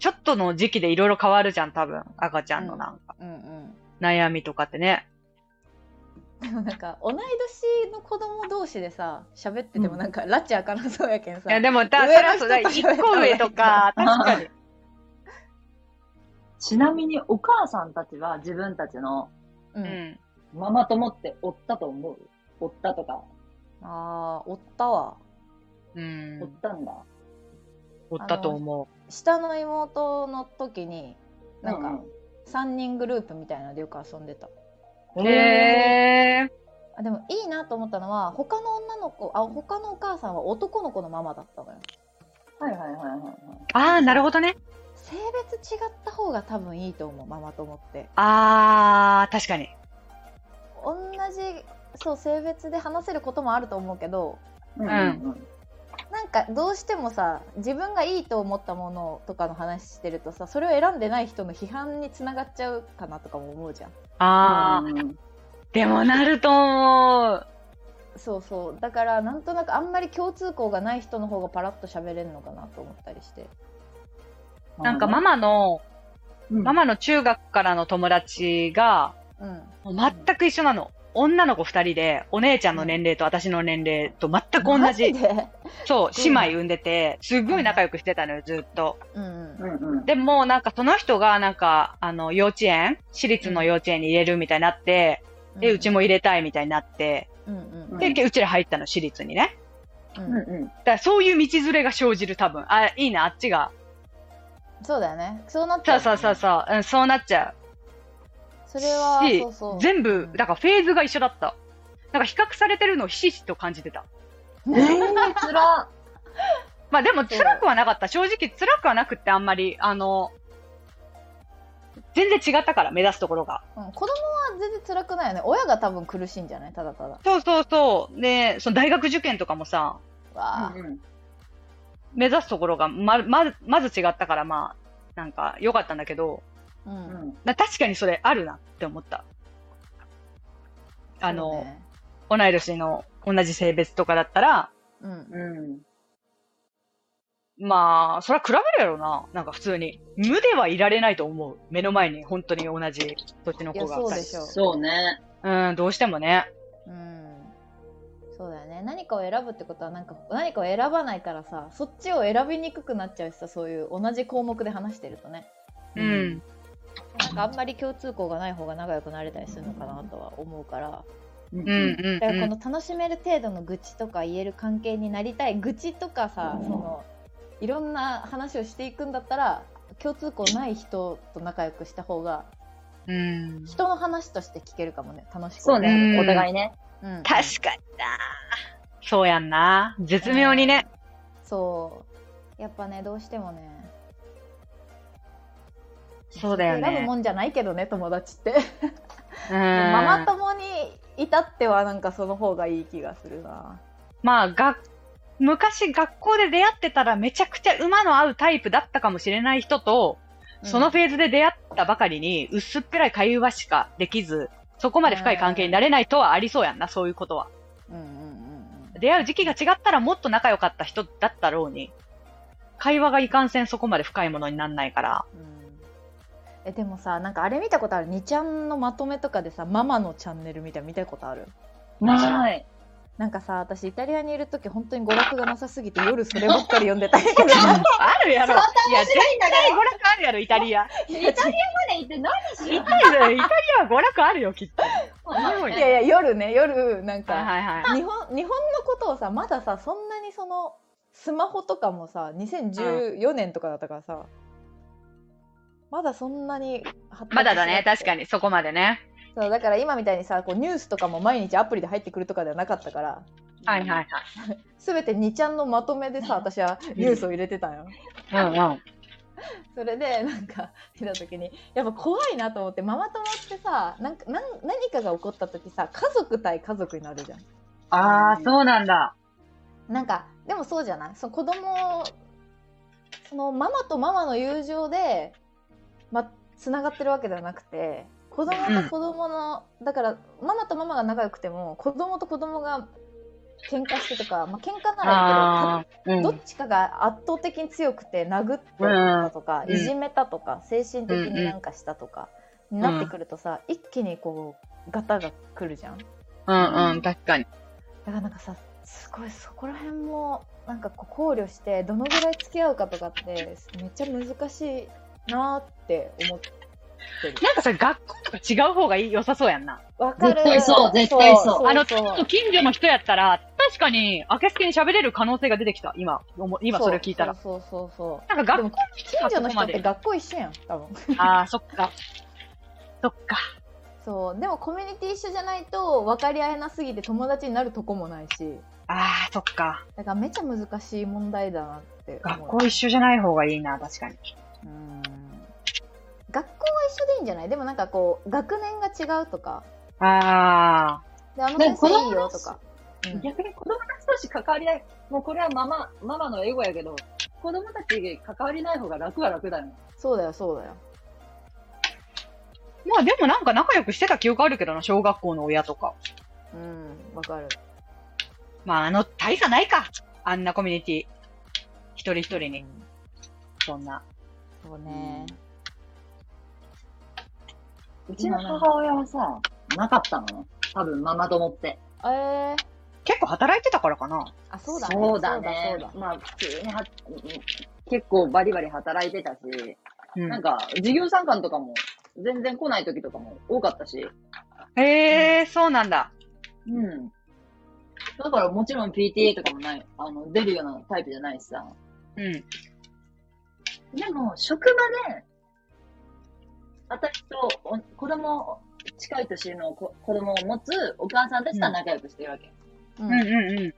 ちょっとの時期でいろいろ変わるじゃん、多分。赤ちゃんのなんか、
うんうん
悩みとかってね。
でもなんか同い年の子供同士でさ喋っててもなんか、拉致あかなそうやけんさ
いや、でも、だ、そ
上
れ
の人
はそうだ、
と
一
喋った方
個
がいい
上と か、確
な
かに。
ちなみに、お母さんたちは自分たちの
うん
うん。
ママ友って追ったと思う追ったとか、
あーおったわ
う
追っ
ん。
たんだ。
おったと思
下の妹の時になんか
う
3人グループみたいなのでよく遊んでた
う。
ん、
へえ。
あでもいいなと思ったのは他の女の子あ他のお母さんは男の子のママだったのよ
ー。はいはいはいはいはい。
あー、なるほどね。
性別違った方が多分いいと思うママ友って
あー、確かに。
同じそう性別で話せることもあると思うけど
うん
ん
うん
なんかどうしてもさ自分がいいと思ったものとかの話してるとさそれを選んでない人の批判につながっちゃうかなとかも思うじゃん
あー、
うん
でもなると思う。
そうそうだからなんとなくあんまり共通項がない人の方がパラッと喋れるのかなと思ったりして
なんかマ、マの、
うん
ママの中学からの友達が、
うん
もう全く一緒なの。女の子二人で、お姉ちゃんの年齢と私の年齢と全く同
マジ
じ、
で
そう、
す
姉
ごい
妹
な
産んでて、すごい仲良くしてたのよ、ずっと。
うんうん
うんうん。
でも、なんかその人が、なんか、あの、幼稚園私立の幼稚園に入れるみたいになって、で、うちも入れたいみたいになって、
うんうん
うん
で、うちら入ったの、私立にね。
う
うん
ん
うん。
だからそういう道連れが生じる、多分。あ、いいな、あっちが。
そうだよねそうなっち
そ
ゃ
う
う
そうそうそう、うん、そうなっちゃう。
それは
し
そうそう
全
う
部
ん、
だからフェーズが一緒だった。なんか比較されてるのをひしひしと感じてた。
えー、つら
まあでも辛くはなかった。正直辛くはなくってあんまり、あの、全然違ったから、目指すところが。
うん子供は全然辛くないよね親が多分苦しいんじゃないただただ
そうそうそう。で、その大学受験とかもさ、
わあ、
うんうん
目指すところがま、まず、まず違ったから、まあ、なんか良かったんだけど、
うん
う
そうん
な確かにそれあるなって思った。あの、
ね
同い年の同じ性別とかだったら、
うん
うん。
まあ、そりゃ比べるやろな。なんか普通に。無ではいられないと思う。目の前に本当に同じ土地の
いや
子が
そうで
2
しょう
そうね。
人。うん、どうしてもね。
うんそうだよね何かを選ぶってことはなんか何かを選ばないからさそっちを選びにくくなっちゃうしさそういう同じ項目で話してるとね
う。
うん
なんかあんまり共通項がない方が仲良くなれたりするのかなとは思うから
う
うん、うん。
だからこ
うん
の楽しめる程度の愚痴とか言える関係になりたい愚痴とかさそのいろんな話をしていくんだったら共通項ない人と仲良くした方が
うん。
人の話として聞けるかもね楽しく
そうね
う。ん
お互いね。
うん、
確かにな。そうやんな。絶妙にね。
そうやっぱねどうしてもね
そうだよ
選ぶ
ね。
もんじゃないけどね友達って
うん。
ママ友に至ってはなんかその方がいい気がするな
まあ、が、昔学校で出会ってたらめちゃくちゃ馬の合うタイプだったかもしれない人と、そのフ
ェ
ェーズで出会ったばかりに、薄っぺらい会話しかできず、そこまで深い関係になれないとはありそうやんな、そういうことは。
うんうんうん
出会う時期が違ったらもっと仲良かった人だったろうに、会話がいかんせんそこまで深いものになんないから。
うんうんえでもさなんかあれ見たことある2ちゃんのまとめとかでさママのチャンネルみたいなの見たことある
はい。
なんかさ私イタリアにいる時本当に娯楽がなさすぎて夜そればっかり読んでたんや けど
あるやろいや、絶
ないんだ
対娯楽あるやろ、イタリア。
いや
まで行って何しよ
イタリア、イタリアは娯楽あるよ、きっと。
う
はい
いやいや夜ね夜なんか、
はいはい。
日本日本のことをさまださそんなにそのスマホとかもさ2014年とかだったからさ、まだそんなに発達
まだだね、確か
に
に、そこまでね。
そうだから今みたいにさこうニュースとかも毎日アプリで入ってくるとかではなかったから
はいはい
全て2ちゃんのまとめでさ私はニュースを入れてたんよ。
はい。うんうん。
それでなんか見た時にやっぱ怖いなと思ってママ友ってさなんかなん何かが起こった時さ家族対家族になるじゃん。
ああ、そうなんだ。
なんかでもそうじゃないその子供そのママとママの友情でまつながってるわけではなくて子供と子供の、だからママとママが仲良くても子供と子供が喧嘩してとか、まあ、喧嘩ならいい
ああ、う
け
ん
ど、どっちかが圧倒的に強くて殴ったとか、
うん
いじめたとか精神的になんかしたとか、になってくるとさ一気にこうガタが来るじゃん。
うんうん、確かに。
だからなんかさすごいそこら辺もなんかこう考慮してどのぐらい付き合うかとかってめっちゃ難しいなーって思ってる。
なんかそれ学校とか違う方がいい良さそうやんな。
わかる
絶対そう絶対そう
あの、ち
そう
ょっと近所の人やったら、確かに、明けすけに喋れる可能性が出てきた、今。思今それを聞いたら。
そうそうそうそう
なんか
で
学
も
校の人
近
は
所
そ
の
こ
人
ま
って
で。
学校一緒やん多分
ああ、そっか。そっか。
そうでもコミュニティ一緒じゃないと分かり合えなすぎて友達になるとこもないし
ああ、そっか。
だからめちゃ難しい問題だなって思
学
う
校一緒じゃない方がいいな、確かに。
うーん学校は一緒でいいんじゃないでもなんかこう学年が違うとか
ああ。
で、あの
でも
先
子供
生いいよとか。うん
逆に子供たちとしか関わりない。もうこれはママ、ママのエゴやけど、子供たち関わりない方が楽は楽だよね。
そうだよ、そうだよ。
まあでもなんか仲良くしてた記憶あるけどな、小学校の親とか。
うん、わかる。
まあ、あの、大差ないか。あんなコミュニティ。一人一人に、そんな。
そうね。
うちの母親はさ、なかったのね。多分ママ友って。
えー、
結構働いてたからかな。
あ、そうだね。
そうだね
そうだ。そうだ
まあ、普通には、結構バリバリ働いてたし、
うん
なんか、授業参観とかも全然来ない時とかも多かったし、
へえ、そうなんだ。
うん。だからもちろん PTA とかもない、あの、出るようなタイプじゃないしさ。
うん。
でも、職場で、私とお子供、近い年の子子供を持つお母さんたちとは仲良くしてるわけ。
うんうんうん。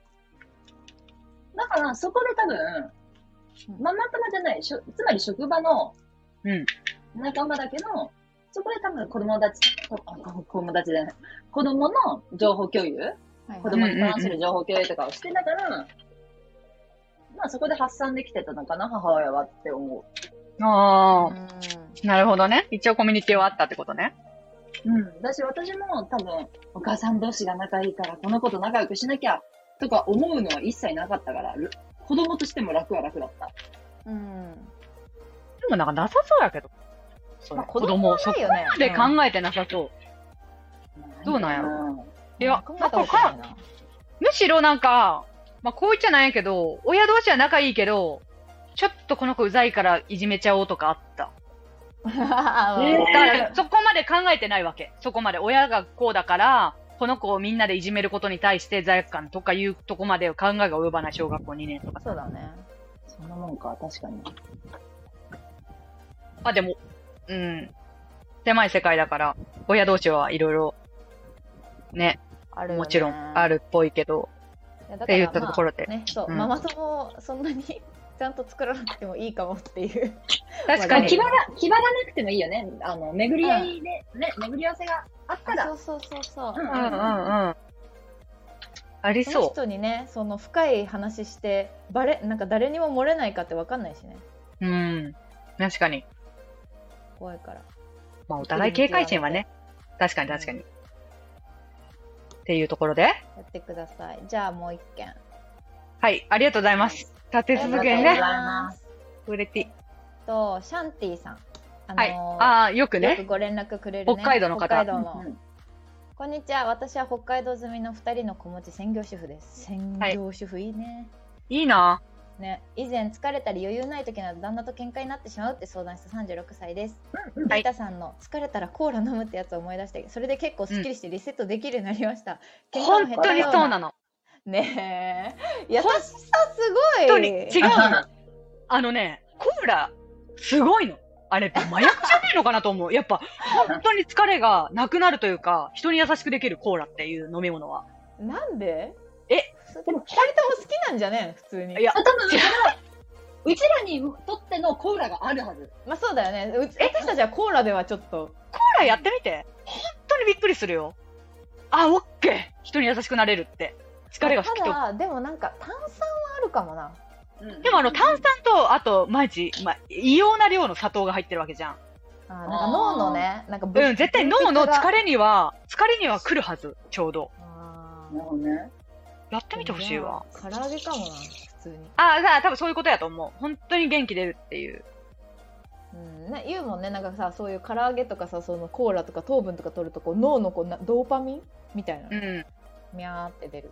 だから、そこで多分、ママ友じゃない、しょつまり職場の
うん
仲間だけど、そこで多分子供たち、こあ子供たちじゃない、子供の情報共有、
はいは
子
い
供に関する情報共有とかをしてながら、まあそこで発散できてたのかな、母親はって思
あ
うん
あ、なるほどね。一応コミュニティはあったってことね。
う。うん。だし私も多分、お母さん同士が仲いいから、この子と仲良くしなきゃ、とか思うのは一切なかったから、る子供としても楽は楽だった。
うん。
でもなんかなさそうやけど。それ
まあ子供は
そ
ない
こ
よね
まで考えてなさそう。どうなんや
ろ
いや
考えたことないな。
むしろなんか、まあこう言っちゃないけど、親同士は仲いいけど、ちょっとこの子うざいからいじめちゃおうとかあった。
えー
だからそこまで考えてないわけ。そこまで親がこうだから、この子をみんなでいじめることに対して罪悪感とかいうとこまで考えが及ばない小学校2年とか。
そうだね。
そんなもんか、確かに。
まあでも、うん。狭い世界だから、親同士はいろいろ、ね、
あるよね
もちろんあ。るっぽいけど、
いやだ
っ
から
て言ったところで
まあね、そう、
うん
ママ友そんなに ちゃんと作らなくてもいいかもっていう。
確か
まあ
ま
で
あ、
も
に
気張ら、気張らなくてもいいよね。あの、巡り合いで、ね、巡り合わせがあったら。
そうそうそうそう。
うん
うんうんうん。あり
その
そ
人にね、その深い話して、バレ、なんか誰にも漏れないかってわかんないしね。
う。うん。確かに。
怖いから。
まあ、お互い警戒心はね。確かに確かに。っていうところで。
やってください。じゃあもう一件。
はい。ありがとうございます。立て続けに
ありがとうござい
ね
ま。
す。
売れて。
と、シャンティさん。あの
はい。
ー
ああ、よく
よ
ね
く。ご連絡くれる、ね、
北海道の方
北海道の
うん
こんにちは私は北海道住みの2人の子持ち専業主婦です専業主婦いいね、
いいな。
ね以前疲れたり余裕ない時など旦那と喧嘩になってしまうって相談した36歳です
うん
はい
リタさんの疲れたらコーラ飲むってやつを思い出してそれで結構すっきりしてリセットできるようになりました、喧嘩も
本
減っ
当
た
に
よ
そうなの。
ねえ優しさす
本
ご
当
い
に。違うの。あのね、コーラ、すごいの。あれ、麻薬じゃないのかなと思う。やっぱ、本当に疲れがなくなるというか、人に優しくできるコーラっていう飲み物は。
なんで
え
でも2人とも好きなんじゃねえ普通に
いや、
あ多分、それは、うちらにとってのコーラがあるはず。
まあそうだよねうち私たちはコーラではちょっと
コーラやってみて。本当にびっくりするよ。あ、オッケー人に優しくなれるって。疲れが吹き飛ぶ。
ただでもなんか炭酸はあるかもな
でもあの炭酸と、あと、毎日、まあ、異様な量の砂糖が入ってるわけじゃん。
あーなんか脳のねなんかぶ
うん、絶対脳の疲
れ
れには、疲れには来るはず、ちょうど。
あ
なるほどね。
やってみてほしいわ。
唐揚げかもな普通に
ああ、だから多分そういうことやと思う。本当に元気出るっていう。
うんね言うもんねなんかさそういう唐揚げとかさそのコーラとか糖分とか取るとこう脳のこうなドーパミンみたいな、
うん、
ミャーって出る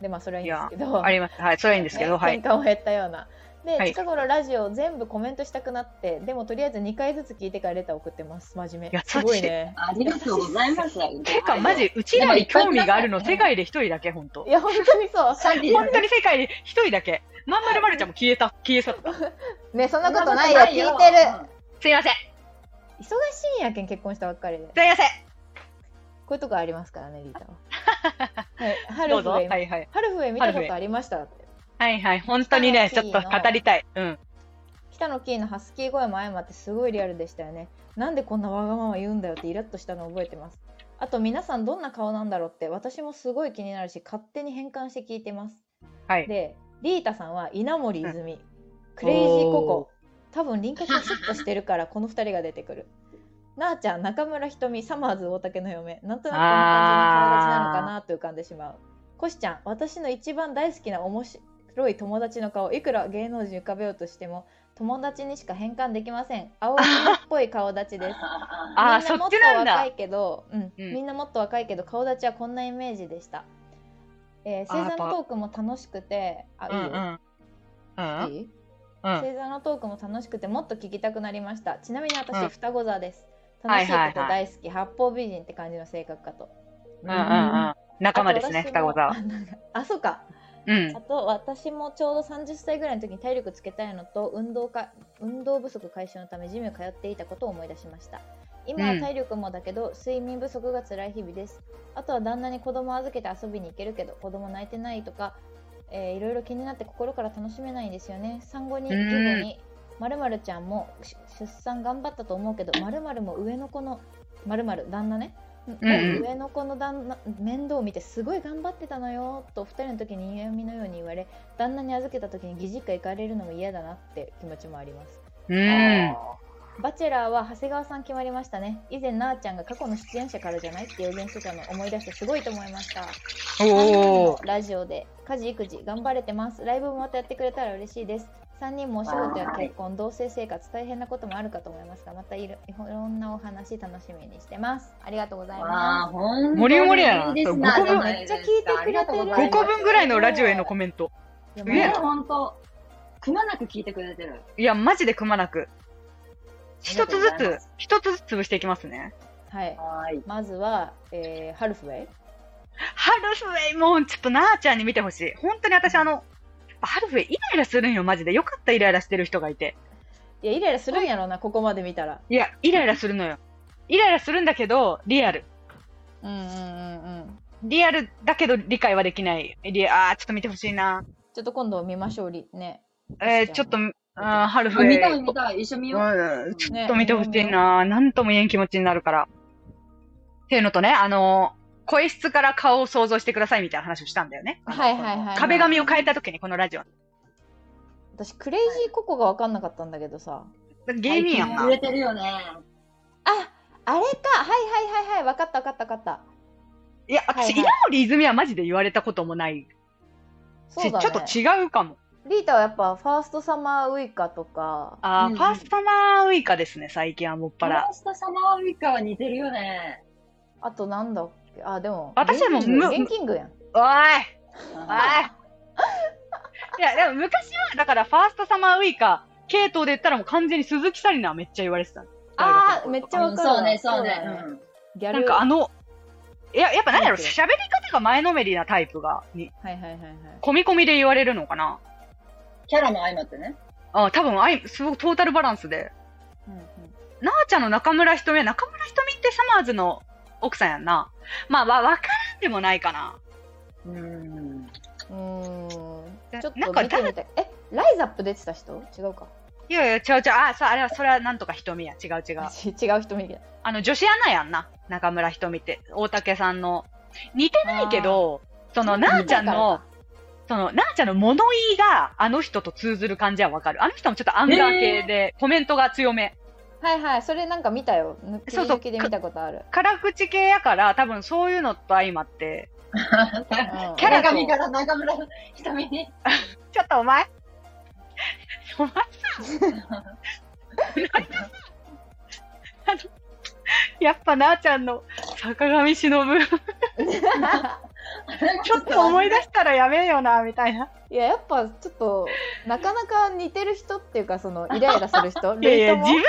でまあそれはいいんですけど
あります。はい、それはいいんですけど、
ね
はい。
喧嘩を減ったようなで、
はい
近頃ラジオ全部コメントしたくなってでもとりあえず2回ずつ聞いてからレター送ってます真面目
優しい
すごいね
ありがとうございます。
てか、マジ、うちらに興味があるの、
でもい
世
っぱ
界で一人だけ、本当
い。や本当にそう
シャンディ
本当に世界で一人だけ。まんまるまるちゃんも消えた、消え去った。
ねそんなことないよ聞いてる
すいません、
忙しいんやけん結婚したばっかりでこ
すいません。
ういうとこありますからねリ ータははい
ど
春
うぞ。
笛、
はいはい。
春笛見たことありましたって
はいはい。本当にね、ち
北
ょっ
の
と
地の
語りたい。うん。
北野キーのハスキー声も相まってすごいリアルでしたよねなんでこんなわがまま言うんだよってイラッとしたのを覚えてますあと皆さんどんな顔なんだろうって私もすごい気になるし勝手に変換して聞いてます
はい。
でリータさんは稲森泉、クレイジーコ
おー
コ多分輪郭がシュッとしてるからこの2人が出てくるなあちゃん中村ひとみサマーズ大竹の嫁なんとなくこんな感じの顔立ちなのかなと浮かんでしまうコシちゃん私の一番大好きな面白い友達の顔いくら芸能人浮かべようとしても友達にしか変換できません青色っぽい顔立ちです
あ
あ
ー
みん
そ
なもっと
っちなんだ
若いけど、うん
うん
みんなもっと若いけど顔立ちはこんなイメージでした。えー、
あー
星座のトークも楽しくて、あ、
うんうん。うん
いいよ。いい
うん。
星座のトークも楽しくて、もっと聞きたくなりました。ちなみに私、
うん
双子座です。
は
楽
い
し
はいはい
いこと大好き、八方美人って感じの性格かと。
うんうんうん。仲間ですね、
あと私
双
も
子座。。
あ、そうか。
うん
あ。と私もちょうど30歳ぐらいの時に体力つけたいのと運動か運動不足解消のためジムに通っていたことを思い出しました今
う
は
ん
体力もだけど、睡眠不足が辛い日々ですあとは旦那に子供預けて遊びに行けるけど子供泣いてないとか、えーいろいろ気になって心から楽しめないんですよね産後に
う
義
ん
母にまるまるちゃんもし出産頑張ったと思うけどまるまるも上の子のまるまる旦那ね
うんうん
上の子の旦那面倒を見てすごい頑張ってたのよと2人の時に嫌みのように言われ旦那に預けた時に義実家行かれるのも嫌だなって気持ちもあります
うん。
バチェラーは長谷川さん決まりましたね。以前、なーちゃんが過去の出演者からじゃないって予言してたのを思い出してすごいと思いました。
おお。
ラジオで家事育児頑張れてます。ライブもまたやってくれたら嬉しいです。3人もお仕事や結婚、同棲生活大変なこともあるかと思いますが、またいろいろんなお話楽しみにしてます。ありがとうござい
わあ、
ま
ほん
もりもりやな
リスナーじゃないですか
めっちゃ聞いてくれてる
ありがとうござ
5
いま
個
す
分ぐらいのラジオへのコメント。
す。でも
ね
ね
ね、
ほんと。くまなく聞いてくれてる。
いや、マジでくまなく。
ありが
一
と
つ
うご
ず
ざい
つ
ます、
一つずつ潰していきますね。
はい。
はーい。
まずは、えー、ハルフウェイ。
ハルフウェイ、もうちょっとなーちゃんに見てほしい。本当に私あの、やっぱハルフウェイイライラするんよ、マジで。よかったイライラしてる人がいて。
いや、イライラするんやろな、ここまで見たら。
いや、イライラするのよ。イライラするんだけど、リアル。
うんうんうんうん。
リアルだけど理解はできない。リアあー、ちょっと見てほしいな。
ちょっと今度見ましょうりね。
えー、
じゃあ
ちょっと、うん、ハルフウェイ。
見たい見たい。一緒見よう。
うん、ちょっと見てほしいな、なんとも言えん気持ちになるから。っていうのとね、あのー声質から顔を想像してくださいみたいな話をしたんだよね。
はいはいはいはい
壁紙を変えた時にこのラジオ。
私クレイジーココが分かんなかったんだけどさ。
芸人やんな。
売れてるよね。
あ、あれか。はいはいはいはい。分かった分かった分かった。
いや、私、
はいはい
稲森泉はマジで言われたこともないし、
そうだ
ちょっと
ね。
違うかも。
リータはやっぱファーストサマーウイカとか。
あー、
うんうん
ファーストマーウイカですね、最近はもっぱ
フ
ら
ァー。ストサマーウイカは似てるよね。
あとなんだっけあ、でも。
私はもう
ゲンキング
む
ゲンキングやん。
おいおい
あ
いや、でも昔は、だからファーストサマーウイカ、系統で言ったらもう完全に鈴木紗理奈はめっちゃ言われてた。
あー、めっちゃ分
うん
かるわ。
そうね、そうね
だ。よ
うん
ギャル。
なんかあの、いや、やっぱ何やろ、
なんていう
喋り方が前のめりなタイプが、に、
はいはいはいはい。
込み込みで言われるのかな
キャラも相まってね。
あ多分あい、すごくトータルバランスで。
うんうん
なあちゃんの中村ひとみは、中村ひとみってサマーズの奥さんやんな。まあ、わ、わからんでもないかな。
うん。
うーん
で
ちょっと
なんか
見てみたい。え、ライザップ出てた人違うか。
いやいや、違う違う。あ、さ、あれは、それはなんとかひとみや。違う違う。
ち違う人見てた。
あの、女子アナやんな。中村ひとみって。大竹さんの。似てないけど、その、なあちゃんの、その、なあちゃんの物言いが、あの人と通ずる感じはわかる。あの人もちょっとアンガー系で、コメントが強め。
はいはい、それなんか見たよ。抜き
そうそう
抜きで見たことある。
辛口系やから、多分そういうのと相まって、
うん
キャラと
神から中村ひとみに。
ちょっとお前、お前さ、 あのやっぱなあちゃんの坂上 忍、ちょっと思い出したらやめよな、みたいな。
いや、やっぱちょっと、なかなか似てる人っていうか、その、イライラする人
いやいや、
類
自分のさ、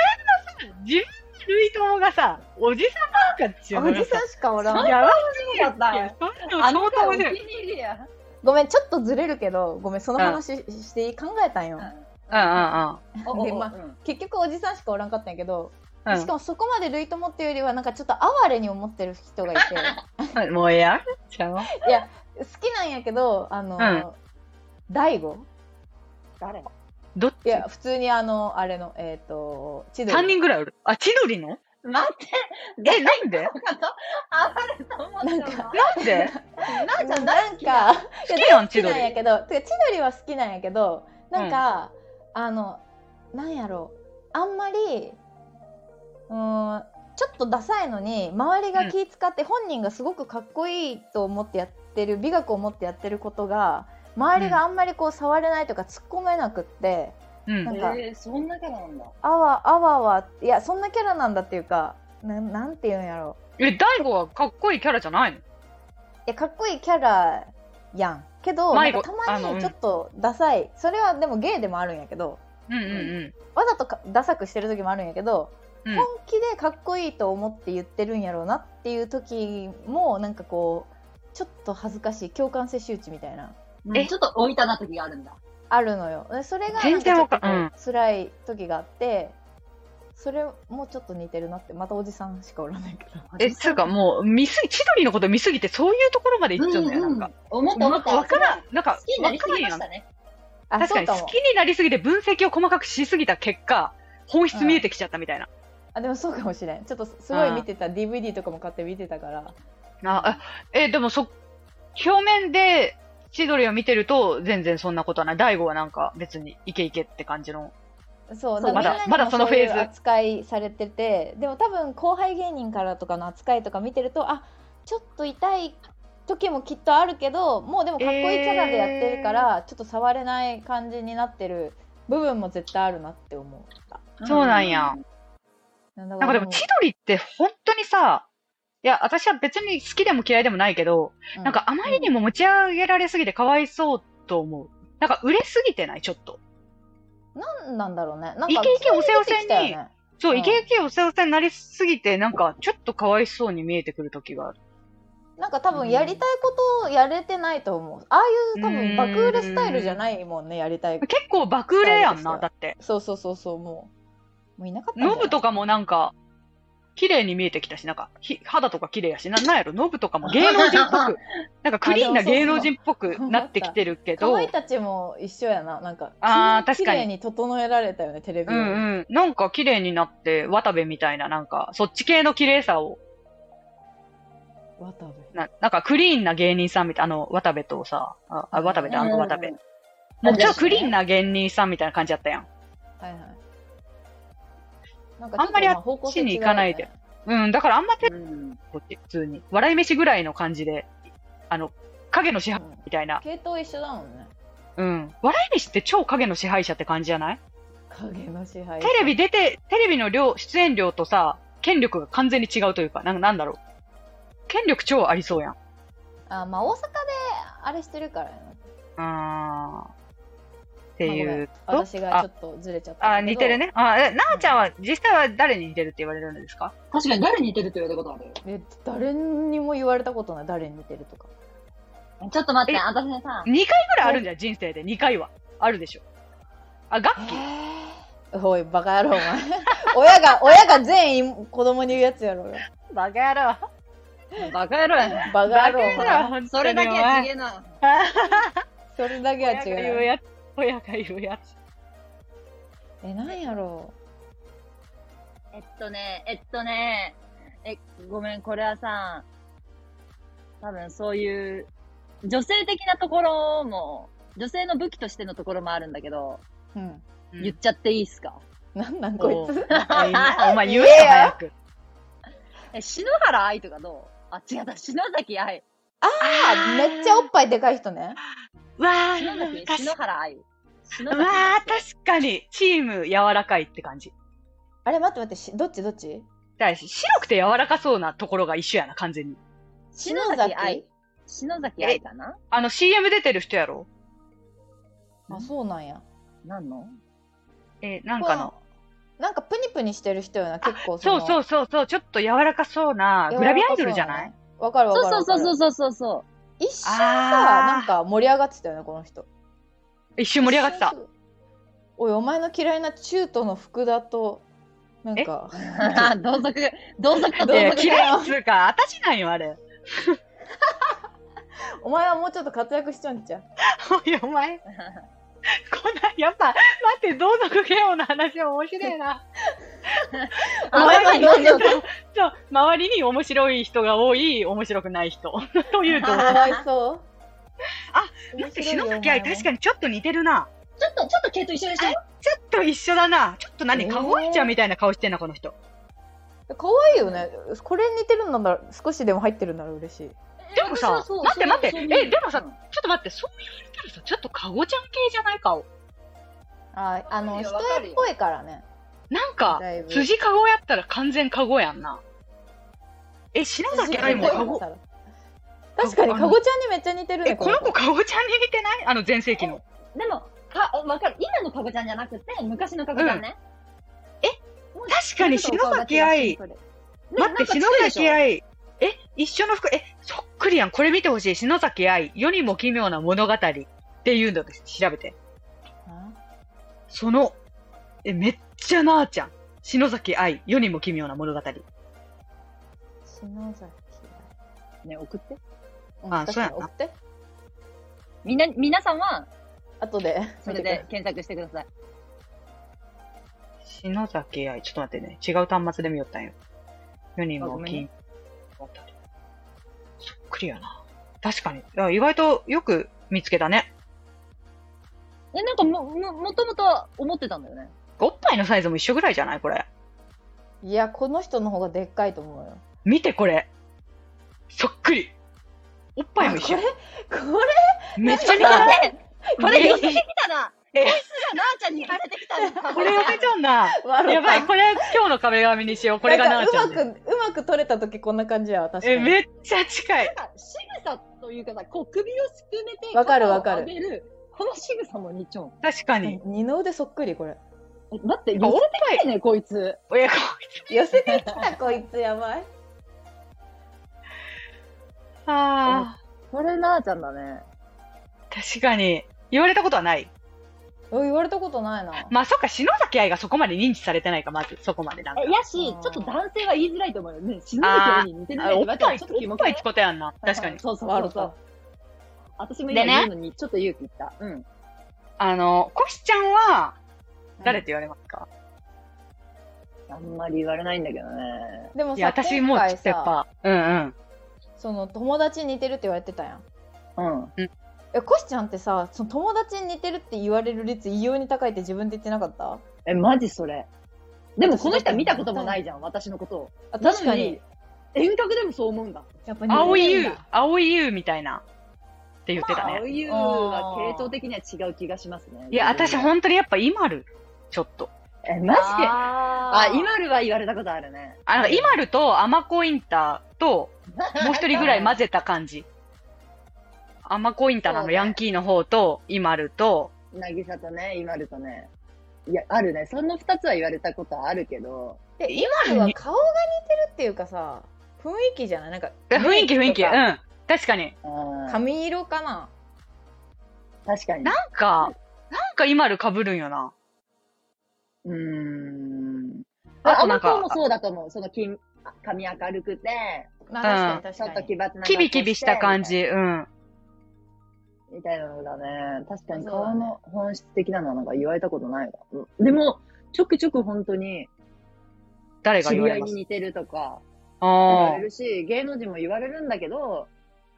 自分の類友がさ、おじさんばっかっちゅ
と
う
も
の
お
よ
じさんしかおらん。
やば
し
いやったよ。
あ
相
の
当
子お
面
気に
白い。
入りや。
ごめん、ちょっとずれるけど、ごめん、その話ししていい考えたんよ。
うんうん
おおお
でまあ
うん
結局おじさんしかおらんかったんやけど、
うん
しかもそこまで類友っていうよりはなんかちょっと哀れに思ってる 人がいて
うん。もうええやるちゃう
好きなんやけどあの、大悟
誰
どっ
い
ち
や普通にあのあれのえっ、と千
?3 人ぐらいおる。あ、千鳥の
待って、
え、なんで
暴れと思って
なんか
なんで
な
なんん
かなん
か
か
好きやん、
好き
千
なん
鳥。
やけどてか千鳥は好きなんやけどなんか、あのなんやろあんまりうーんちょっとダサいのに周りが気使って本人がすごくかっこいいと思ってやってる美学を持ってやってることが周りがあんまりこう触れないとか突っ込めなくって、
うん
なんか
えー、そんなキャラなんだ。
あわあわあわいやそんなキャラなんだっていうかななんていうんやろ
え、大悟はかっこいいキャラじゃないの
いやかっこいいキャラやんけどなん
迷子
かたま
あのう
に
ん
ちょっとダサいそれはでもゲイでもあるんやけど
うんうん
わざとかダサくしてる時もあるんやけど、
うん
本気でかっこいいと思って言ってるんやろうなっていう時もなんかこうちょっと恥ずかしい共感性周知みたいな
え
うんちょっと置いたな時があるんだ。
あるのよでそれが
全然
なんかちょ
わ
っとこう辛い時があって、それもちょっと似てるなってまたおじさんしかおらないけど
え、つうかもう、見すぎ、千鳥のこと見すぎて、そういうところまで行っちゃうんだよ、なんか。
思った思った。
わからん。なんか、わ
好きになりす
からん
ぎま
や
し
ん。
たね。
あ
確か
そう
に、
か
好
も
きになりすぎて分析を細かくしすぎた結果、本質見えてきちゃったみたいな。
あでもそうかもしれんちょっとすごい見てた DVD とかも買って見てたから
ああえ、でもそ、表面で千鳥を見てると、全然そんなことはない。大悟はなんか、別にイケイケって感じの
そう
そ
なんか
うま
だ
みんなに
ま
も
だそのフェーズ
そういう扱いされててでも多分後輩芸人からとかの扱いとか見てるとあちょっと痛い時もきっとあるけどもうでもかっこいいキャラでやってるから、ちょっと触れない感じになってる部分も絶対あるなって思った。
そうなんや。
なんだ
なんかでも、千鳥って本当にさ、いや、私は別に好きでも嫌いでもないけど、
う
なんかあまりにも持ち上げられすぎてかわいそうと思う。なんか売れすぎてないちょっと。
なんなんだろうねなんか
イケイケおせおせに
急出てきたよね
そうう、
ん
イケイケおせおせになりすぎて、なんかちょっとかわいそうに見えてくる時がある。
なんか多分やりたいことをやれてないと思うああいう多分爆売れスタイルじゃないもんねやりたい
結構爆売れやん
そうで
な、
す
だって。
そうそうそうそうもうもういなかったんじゃ
ノ
ない
ブとかもなんか、綺麗に見えてきたし、なんか、ひ肌とか綺麗やし、ななんやろ、ノブとかも芸能人っぽ く、なんかクリーンな芸能人っぽくなってきてるけ
か
ど、う
まいたちも一緒やななんか
あー確
き
かに
綺麗に整えられたよねテレビ
ん
より
うん、なんか綺麗になって、渡部みたいな、なんか、そっち系の綺麗さを、
渡部
ななんかクリーンな芸人さんみたいな、あの、渡部とさ、ああ渡部だ、あの渡部。
うん
もうちょっとクリーンな芸人さんみたいな感じだったやん。
はいはいなんか
あんまりあっちに
方向性違うよね
行かないでうん、だからあんま手
うん
こっち普通に。笑い飯ぐらいの感じで、あの、影の支
う
配
ん
みたいな。
系統一緒だもんね
うん。笑い飯って超影の支配者って感じじゃない
影の支配
テレビ出て、テレビの量、出演量とさ、権力が完全に違うというか、なんなんだろう。権力超ありそうやん。
あまあ大阪であれしてるからやな
あー。っていう
まあごめ
と
ん、私がちょっとずれちゃった
あー、似てる
ね
ね。あー、え、なあちゃんは、実際は誰に似てるって言われるんですか
確かに誰に似てるって言われたことある
え誰にも言われたことない誰に似てるとか
ちょっと待って、
え
私ねさ
?2、回ぐらいあるんじゃん、人生で。2回は。あるでしょ。あ、ガッキー。
えー、おいバカ野郎お前 親が親が全員子供に言うやつやろうよ
バカ野郎。バカ野郎やな。
バカ野郎
バ
お前
カ野郎
それだけは違えな。
それだけは
親が言う
違う
やつ。親が言うやつ。
えなんやろ
えっとね、えっとね、え、ごめん、これはさ、多分そういう、女性的なところも、女性の武器としてのところもあるんだけど、
うう
う
ん
ん
言っちゃっていいっすか
なんなん
お
こ
う
いつ
お前言えよ、早く。
え、篠原愛とかどうあ、違った、篠崎愛。
あめっちゃおっぱいでかい人ね
わ
篠崎、
確
篠原愛。篠
か
崎
わ
愛
あ、確かに、チーム柔らかいって感じ。
あれ待って待ってしどっちどっち
だし、白くて柔らかそうなところが一緒やな、完全に。
篠崎愛篠崎愛かな
あの、CM 出てる人やろ
あそうなんや
なんの
えーなんかの。
なんかプニプニしてる人よな結構
そう
の
そうそうそう、ちょっと柔らかそうな、グラビアアイドルじゃない
わかるわ
そ
かる
うそう
わかる
そうそうそうそう。
一瞬さ
あー
なんか盛り上がってたよねこの人
一瞬盛り上がってた
一。瞬おいお前の嫌いな中東の福田となんか
同族、同族と同族
いや、
だよ
嫌いっつうか、私なんよ、あれ。
お前はもうちょっと活躍しちゃうんち ゃう
おい、お 前。こんな、やっぱ、待って、同族嫌悪の話は面白いな。
お
あ
前はどうぞ
そう、周りに面白い人が多い、面白くない 人。という
か
と。
わいそう
あ
面
待って、
白いよ
篠崎愛、確か
に
にちょっと似てるな。
ちょっと、ちょっと系統一緒でしょ
ちょっと一緒だな。ちょっと何、
えー
かおいちゃんみたいな顔してんな、この人。
かわいいよねこれに似てるんだなら少しでも入ってるなら嬉しい
でもさ
私はそう
待って待って
そうそう
えでもさ
うん
ちょっと待って、そう言われたらさ、ちょっとかごちゃん系じゃない顔。
ああの
いや
人
わ
っ
かるよ
ぽいからね
なんか、
だいぶ
辻かごやったら完全かごやんな。え、篠崎愛もかご。
確かにかごちゃんにめっちゃ似てるね
え、この子かごちゃんに似てないあの前世紀の。
でも、か、わかる。今のかごちゃんじゃなくて、昔のかごちゃんね。え
確かに篠崎愛待って、篠崎
愛。
愛。え、一緒の服、え、そっくりやん。これ見てほしい。篠崎愛、世にも奇妙な物語っていうのです。調べて。
あ
その、え、めっちゃなあちゃん。篠崎愛、世にも奇妙な物語。
篠崎
ね、送って。
うん
あそうやな
確かに送って
みんな、皆さんは、
後で
それで検索してください。
篠崎愛、ちょっと待ってね。違う端末で見よったんよ。世に
あご
も
めん
奇妙
ね
な物語。そっくりやな。確かに。あ意外とよく見つけたね。
え、なんかも、も、もともと思ってたんだよね。
おっ枚のサイズも一緒ぐらいじゃないこれ。
いや、この人の方がでっかいと思うよ。
見てこれ。そっくり。おっぱいも一緒
あ。これ
めっちゃ似てない
れこれ寄せてきたな
え
こいつがなあちゃんにやられてきたんだ
これ寄せちゃうんだ。やばい、これ今日の壁紙にしよう。これがな
な
あ
ん
ち
か
ゃ
うんま
で。
く、うまく取れた時こんな感じやわ、確か
え、
に。
めっちゃ近い。
仕草というかさ、こう首をすくめて、
わかる
肩を
わかる
上げる。この仕草も似ちゃう。
確かに。
二の腕そっくり、これ。
えだって、寄
おっ
せてきてね、こいつ。
ぱい、え、こ
寄せてきた、こいつやばい。
あ
これなあちゃんだね。
ー確かに。言われたことはない。
お言われたことないな。
まあ、そっか、篠崎愛がそこまで認知されてないか、まず、そこまでなんか。
えやし、ち
う
ょ
ん
っと男性は言いづらいと思うよね。死ぬ時に似てるね
あお
言
っ
われた
ぱ
ら
い、
ち
お
ょっとキモ
っ
く
ぱ
ない
ってことやんな。確かに。
そうそう
ワ
そ
ル
うそ
タ
う。私も今
でね
言うのにちょっと勇気いった。うん。
あの、コシちゃんは、誰って言われますか、
あんまり言われないんだけどね。
でも
いや、
さ、
私もう
今
ちょ
回
っとやっ
さ、
ぱ、うんうん。
その友達に似てるって言われてたやん。
うん。
え、コシちゃんってさ、その友達に似てるって言われる率異様に高いって自分で言ってなかった
え、マジそれ。でもこの人は見たこともないじゃん、私のことを。
あ確かに。。
遠隔でもそう思うんだ。
やっぱ似てるんだ
青い優、青い優みたいな、って言ってたね。
青湯は系統的には違う気がしますね。
いや、私
ん、
本当にやっぱイマル、ちょっと。
え、マジで
あ
あ、
ー
今るは言われたことあるね。
あ、なんかイマルとアマコインターと、もう一人ぐらい混ぜた感じ。アマコインターのあ
そ
の
うね
ヤンキーの方と、イマルと、
なぎさとね、今るとね。いや、あるね。その二つは言われたことあるけど。
で
今
今のは顔が似てるっていうかさ雰囲気じゃないなんか
え雰囲気雰囲気、う
メイクとか
ん。確かに。
うん
髪色かな
確かに。
なんか、なんかイマル被るんよな。
うーん。
あ
あ、
と
あ
な
の
んか
子もそうだと思う。その金、髪明るくて、
まあ確
ちょっ
か
と
に確
奇抜な格好て。
キビキビした感じ、うん。
みたいなのだね。確かに
そうだね
顔の本質的なのはなんか言われたことないわ。うんでも、ちょくちょく本当に、
誰が
知
言わ
り合
れ
い
ま
に
す
似てるとか、言わ
ああ
れ。るし、芸能人も言われるんだけど、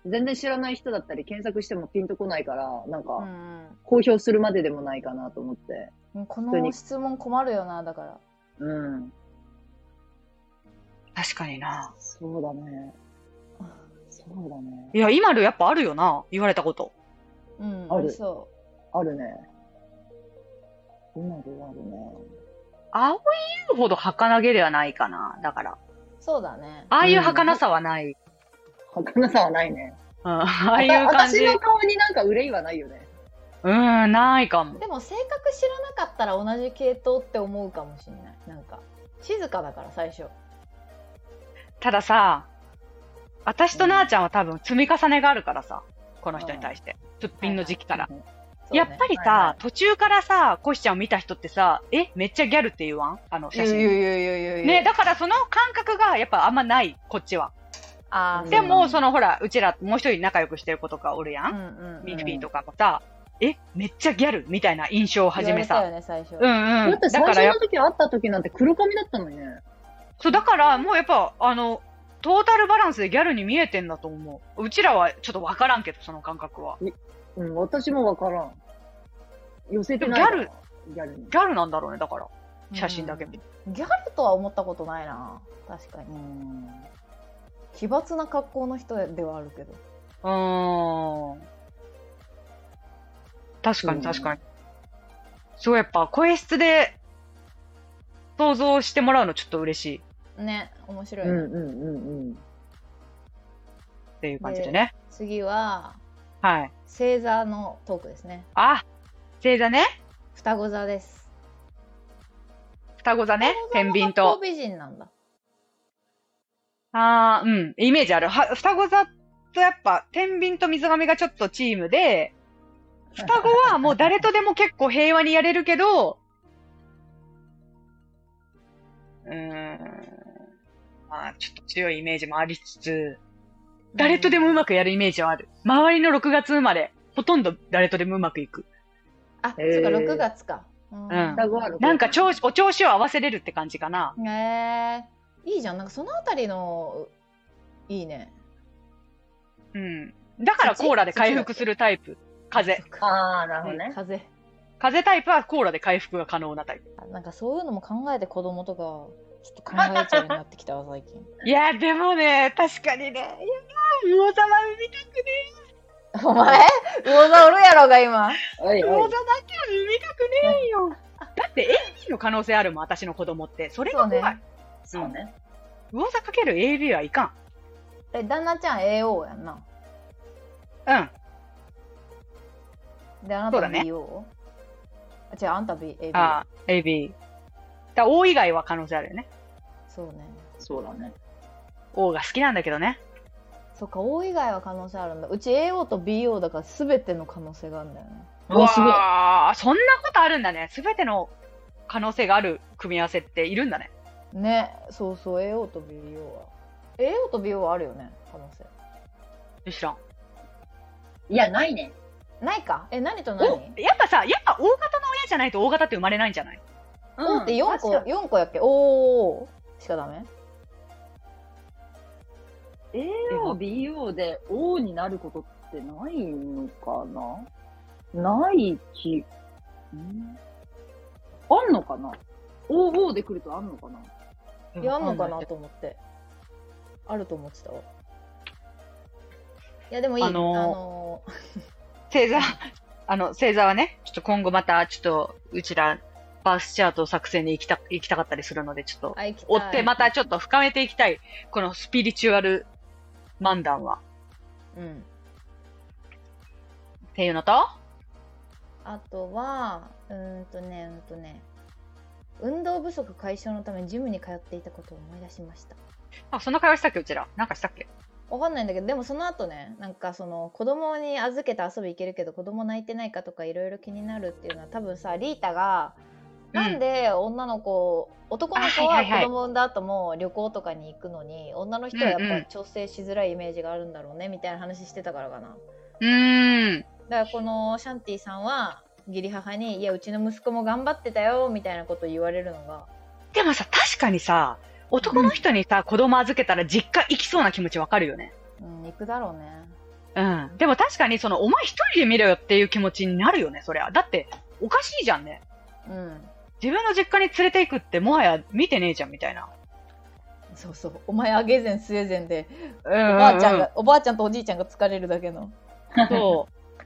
全然知らない人だったり検索してもピンとこないから、なん
かに
か、
うん
公表するまででもないかなと思って。
うんこの質問困るよなだから
うん。
確かにな。
そうだね。そうだね
い。や、イマルやっぱあるよな。言われたこと。
うん
あ
あ
る
りそ
あるね。今ではあるね。
青い優ほど儚げではないかな。だから。
うそうだね
ああいう儚さはない。うん。
儚さはないね。
ああいう感じ。
私の
う
顔になんか憂いはないよね。
ん、ないかも。
でも性格知らなかったら同じ系統って思うかもしれないなんか静かだから最初
たださ、私となあちゃんは多分積み重ねがあるからさ、この人に対して。すっぴんの時期から。
そうね
やっぱりさ、
はいはい
途中からさ、コシちゃんを見た人ってさ、え、めっちゃギャルって言わんあの写
いや
真。
いやいやいやいや
ね、だからその感覚がやっぱあんまない、こっちは。
あー
で
う
も、
ん
そのほら、うちらもう一人仲良くしてる子とかおるや
う
ん。
んうんうん
ミルフィーとかもさ、え、めっちゃギャルみたいな印象を始め
言われ
さ。
たよね最初
うんうん。
だって最
だからやっぱ
初の時会った時なんて黒髪だったのにね。
そう、だから、もうやっぱ、あの、トータルバランスでギャルに見えてんだと思う。うちらはちょっとわからんけど、その感覚は。
うん、私もわからん。寄せてないから。
でも
ギャルに。
ギャルなんだろうね、だから。写真だけ見て。
ギャルとは思ったことないな確かに
うん。
奇抜な格好の人ではあるけど
うーん。確か
うん
に確かに。そう、やっぱ、声質で想像してもらうのちょっと嬉しい
ね面白い、
う
ね
んうんうんうん。
っていう感じでね。
次は
はい。
星座のトークですね
あ、星座ね。
双子座です
双子座ね。 天秤
双子座の八
と
方。美人なんだ
ああ、うん。イメージある。は、双子座とやっぱ、天秤と水上がちょっとチームで、双子はもう誰とでも結構平和にやれるけど、うーん。まあ、ちょっと強いイメージもありつつ、誰とでもうまくやるイメージはある。周りの6月生まれ、ほとんど誰とでもうまくいく。
あ、そ
へー
っか6月かう
うん
双子は六
なんか調子、お調子を合わせれるって感じかな。
へえいいじゃんなんかそのあたりのいいね
うん。だからコーラで回復するタイプ。風邪。
そっか
ああ、なるほどね。
風
風邪タイプはコーラで回復が可能なタイプ。
あなんかそういうのも考えて子供とかちょっと考えちゃうようになってきたわ最近
いやー、でもね、確かにね、いやー、魚様見たくね
お前魚座おるやろが今
おい
え。魚
お
座
い
だ。けは見たくねえよ。だって、AB の可能性あるもん、私の子供って。それが怖い。
そうね
そうね。
魚座かける AB はいか。
え旦那ちゃん AO やんなん
うん。
であな
そ
た
うだね
BO、あ違うあんた BAB
ああ、AB。だ O 以外は可能性あるよね。
そうね
そうだね。
O が好きなんだけどね。
そっか O 以外は可能性あるんだうち AO と BO だから全ての可能性があるんだよね
うわ、すごい。
わーそんなことあるんだね。すべての可能性がある組み合わせっているんだね。
ねそうそう AO と BO は AO と BO はあるよね可能性
知らん。
いや、ないね。
ないかえ何と何
お
?O
やっぱさ、やっぱ大型の親じゃないと大型って生まれないんじゃない
うん
って4個
確か
4個やっけ ?O しかダメ
AO、BO で O になることってないのかなない気。んあんのかな ?OO で来るとあんのかない
やあんのかなと思ってあると思ってたわいやでもいい
あのー
のー
星座、あの、星座はね、ちょっと今後また、ちょっと、うちら、バースチャート作成に行きた、行きたかったりするので、ちょっと、
あ行きたい
追ってまたちょっと深めていきたい、このスピリチュアル漫談は。
うん
っていうのと、
あとはうーんとねうんとね運動不足解消のためジムに通っていたことを思い出しました
あ、そんな会話したっけ、うちら。なんかしたっけ
わかんないんだけどでもその後ねなんかその子供に預けて遊び行けるけど子供泣いてないかとかいろいろ気になるっていうのは多分さリータが
うん
なんで女の子、男の子
あは
はい
はいはい
子供産んだ後も旅行とかに行くのに女の人はや
うんう
っ
ん
ぱ調整しづらいイメージがあるんだろうねみたいな話してたからかな
うーん。
だからこのシャンティさんは義理母に「いやうちの息子も頑張ってたよ」みたいなこと言われるのが
でもさ、確かにさ、男の人にさ、子供預けたら実家行きそうな気持ちわかるよね。
うん行くだろうね
うん。でも確かに、その、お前一人で見ろよっていう気持ちになるよね、そりゃ。だって、おかしいじゃんね。
うん
自分の実家に連れて行くって、もはや見てねえじゃん、みたいな。
そうそうお前あげぜんすえぜんで
お
おばあちゃんが、おばあちゃんとおじいちゃんが疲れるだけの
そう。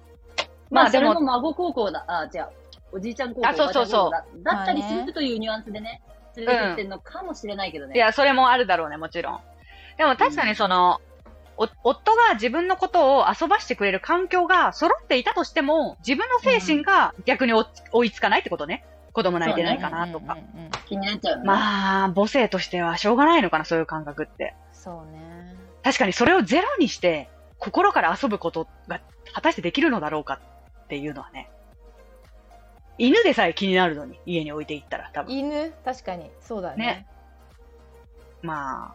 ま
まあ、
あ
そ
で
れも
も、
孫高校だ。あ、違う。おじいちゃん高校
あそうそうそう
おばあちゃん高校だだったりす
まあね
るというニュアンスでね、連れてきてるのかもしれないけどね。
いや、それもあるだろうね、もちろん。でも確かにその、お夫が自分のことを遊ばしてくれる環境が揃っていたとしても、自分の精神が逆に追追いつかないってことね。子供泣いてないかなとか。
うんうんうんうん
気になっちゃうよね。
まあ、母性としてはしょうがないのかな、そういう感覚って。
そうね
確かにそれをゼロにして、心から遊ぶことが果たしてできるのだろうかっていうのはね。犬でさえ気になるのに、家に置いていったら、多分。
犬確かにそうだね
ねまあ、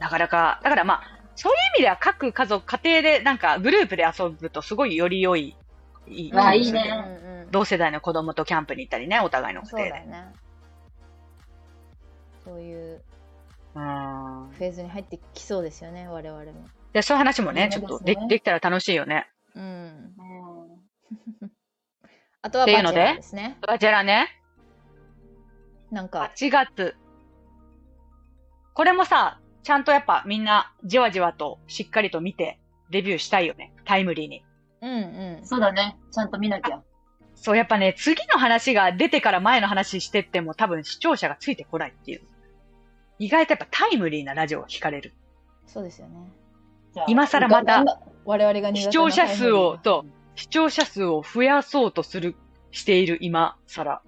なかなか、だからまあ、そういう意味では各家族、家庭でなんかグループで遊ぶとすごいより良い、いい
わあいい
うん
ね
うんうん
同世代の子供とキャンプに行ったりね、お互いの家
そう
庭
だ
で。
ねそういう
うん。
フェーズに入ってきそうですよね我々も
で、そういう話もね、ち
そ
ょ
う
っ
ですね
とでできたら楽しいよね。
うん
うん
あとは
って
バ
い
チ
うの
ェ
で
ラーですね
バチェラね、
なんか
8月。これもさ、ちゃんとやっぱみんなじわじわとしっかりと見て、レビューしたいよね。タイムリーに。
うんうん
そうだね。ちゃんと見なきゃ。
そう、やっぱね、次の話が出てから前の話してっても多分視聴者がついてこないっていう。意外とやっぱタイムリーなラジオが聞かれる。
そうですよね
じゃあ
今更また
頑張
我々が苦手
視
な
聴者数を、
タイ
と、視聴者数を増やそうとする、している今更。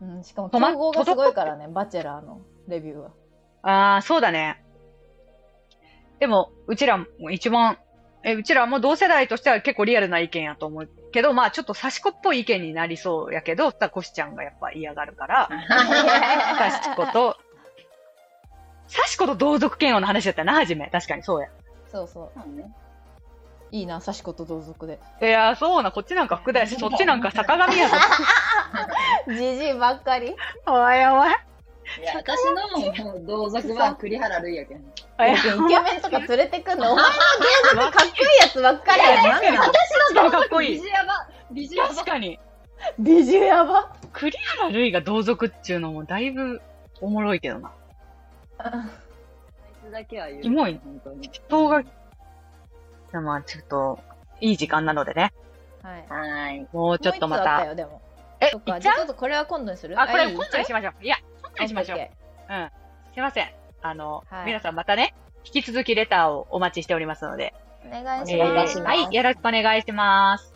ミング、うん、しかも
止ま
競合がすごいからねバチェラーのレビューは
ああ、そうだね。でも、うちらも一番、え、うちらも同世代としては結構リアルな意見やと思うけど、まあちょっと差し子っぽい意見になりそうやけど、さ、コシちゃんがやっぱ嫌がるから。サシコと、サシコと同族嫌悪の話だったな、はじめ。確かに、そうや。
そうそう
そうね
いいな幸子と同族で
いやー、そうな、こっちなんか福田やし、そっちなんか坂上やぞ。
じじいばっかり
おいおい。
いや、私の同族は栗原るいやけん。
おい
イケメンとか連れてくんのお前の芸術かっこいいやつばっかりやんなんなん
確かにかっこいい
ビジュアバ、ビジュア
確
バ。
かに。
美女や ば
栗原類が同族っていうのもだいぶおもろいけどな。
あいつだけは言う。
キモい
本当に。
人が、でもまあちょっと、いい時間なのでね。
はい。
はーい。
もうちょっとま
もう一つあった
た。
よ、でも。
え、
そっ
い
か。
っ
じ
ち
ゃあ、ち
ゃ
ょ
う
っとこれは今度にする
あ、これ
いい
今度にしましょう。いや、今度にしましょう。
オ
う
ッ
ん
ケ。
すいません。あの、
はい
皆さんまたね、引き続きレターをお待ちしておりますので。
ーお願
お
い
願
し
い
ま
し
す
ます。
はい、よろしくお願いします。